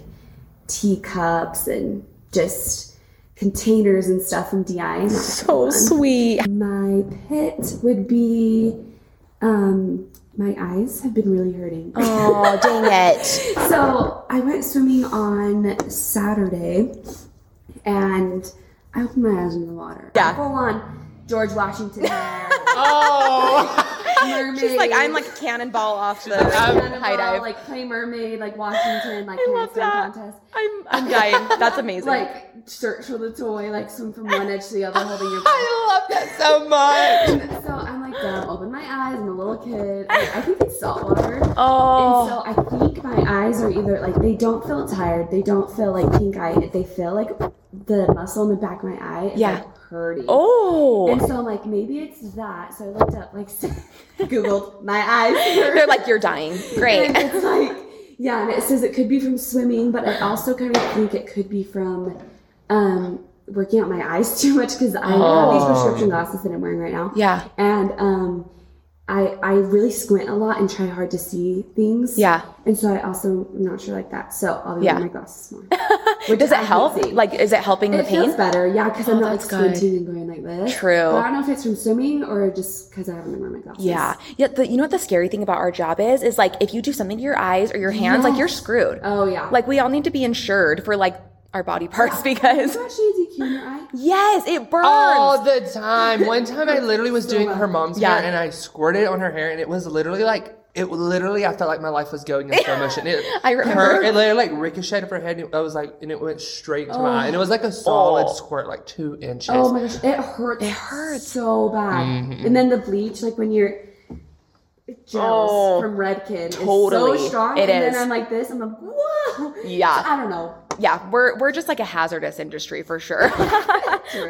teacups and just containers and stuff from DI. And that was So fun. sweet. My pit would be, um, my eyes have been really hurting. Oh, dang it. So I went swimming on Saturday, and I opened my eyes in the water. Yeah. Full on George Washington. there, Oh, mermaid. She's like, I'm like a cannonball off the Cannonball, high dive. like play mermaid, like Washington, like I hand love swim that. contest. I'm, I'm dying. That's amazing. Like search for the toy, like swim from one edge to the other, holding your. breath. I love that so much. So I'm like, damn, open my eyes. I'm a little kid. Like, I think it's saltwater. And oh, so I think my eyes are either like they don't feel tired, they don't feel like pink eye, they feel like the muscle in the back of my eye is Yeah. like hurting. And oh. so I'm like, maybe it's that. So I looked up, like Googled my eyes. hurt. They're like, you're dying. Great. And it's like, yeah, and it says it could be from swimming, but I also kind of think it could be from um, working out my eyes too much because I have Oh. these prescription glasses that I'm wearing right now. Yeah. And um, I I really squint a lot and try hard to see things. Yeah. And so I also am not sure like that. So I'll be Yeah. wearing my glasses more. Which Does I it can help? see. Like, is it helping it the pain? feels better, yeah, because I'm Oh, not like that's good. squinting and going like this. True. But I don't know if it's from swimming or just because I haven't been wearing my glasses. Yeah. Yeah. The, you know what the scary thing about our job is? Is like if you do something to your eyes or your hands, like Yes. you're screwed. Oh yeah. Like we all need to be insured for like our body parts because it's actually a DQ in your eye. yes, it burns. All the time. One time I literally was doing her mom's Yeah. hair and I squirted it on her hair and it was literally like it literally I felt like my life was going in slow motion. It, I remember. Her, it literally like ricocheted off her head and I was like and it went straight to my eye. And it was like a solid Oh. squirt, like two inches. Oh my gosh, it hurts. It hurts. Mm-hmm. so bad. And then the bleach, like when you're it gels Oh, from Redken, totally. is so strong. It and is. then I'm like this. I'm like, whoa. Yeah. I don't know. yeah, we're we're just like a hazardous industry for sure.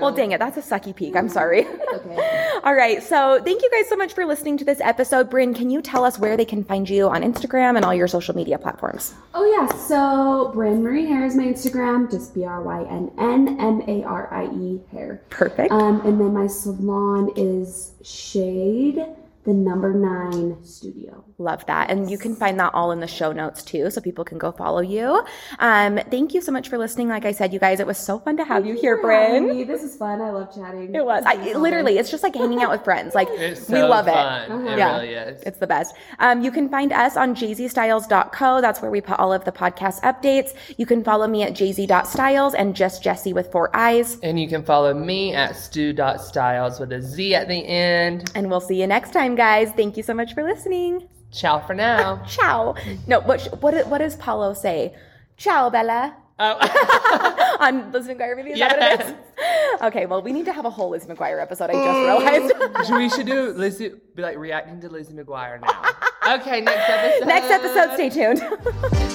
well, dang it, that's a sucky peak. I'm sorry. Okay. All right, so thank you guys so much for listening to this episode. Bryn, can you tell us where they can find you on Instagram and all your social media platforms? Oh yeah. So Bryn Marie Hair is my Instagram. Just B R Y N N M A R I E Hair. Perfect. Um, and then my salon is Shade, the number nine studio. Love that. And you can find that all in the show notes too, so people can go follow you. Um, thank you so much for listening. Like I said, you guys, it was so fun to have you Thank here, for having Bryn. me. This is fun. I love chatting. It was. I, it- literally, it's just like hanging out with friends. Like, It's we so love it. Uh-huh. fun. It Yeah. really is. It's the best. Um, you can find us on jayzystyles.co. That's where we put all of the podcast updates. You can follow me at jayzy.styles and just Jesse with four eyes. and you can follow me at stu.styles with a Z at the end. And we'll see you next time, guys. Thank you so much for listening. Ciao for now. Ciao. No, what, sh- what, what does Paulo say? Ciao, Bella. oh. on Liz McGuire movie? Is that what it is? Okay, well, we need to have a whole Liz McGuire episode. I just realized. we should do Lizzie be like reacting to Lizzie McGuire now. okay, next episode. Next episode, stay tuned.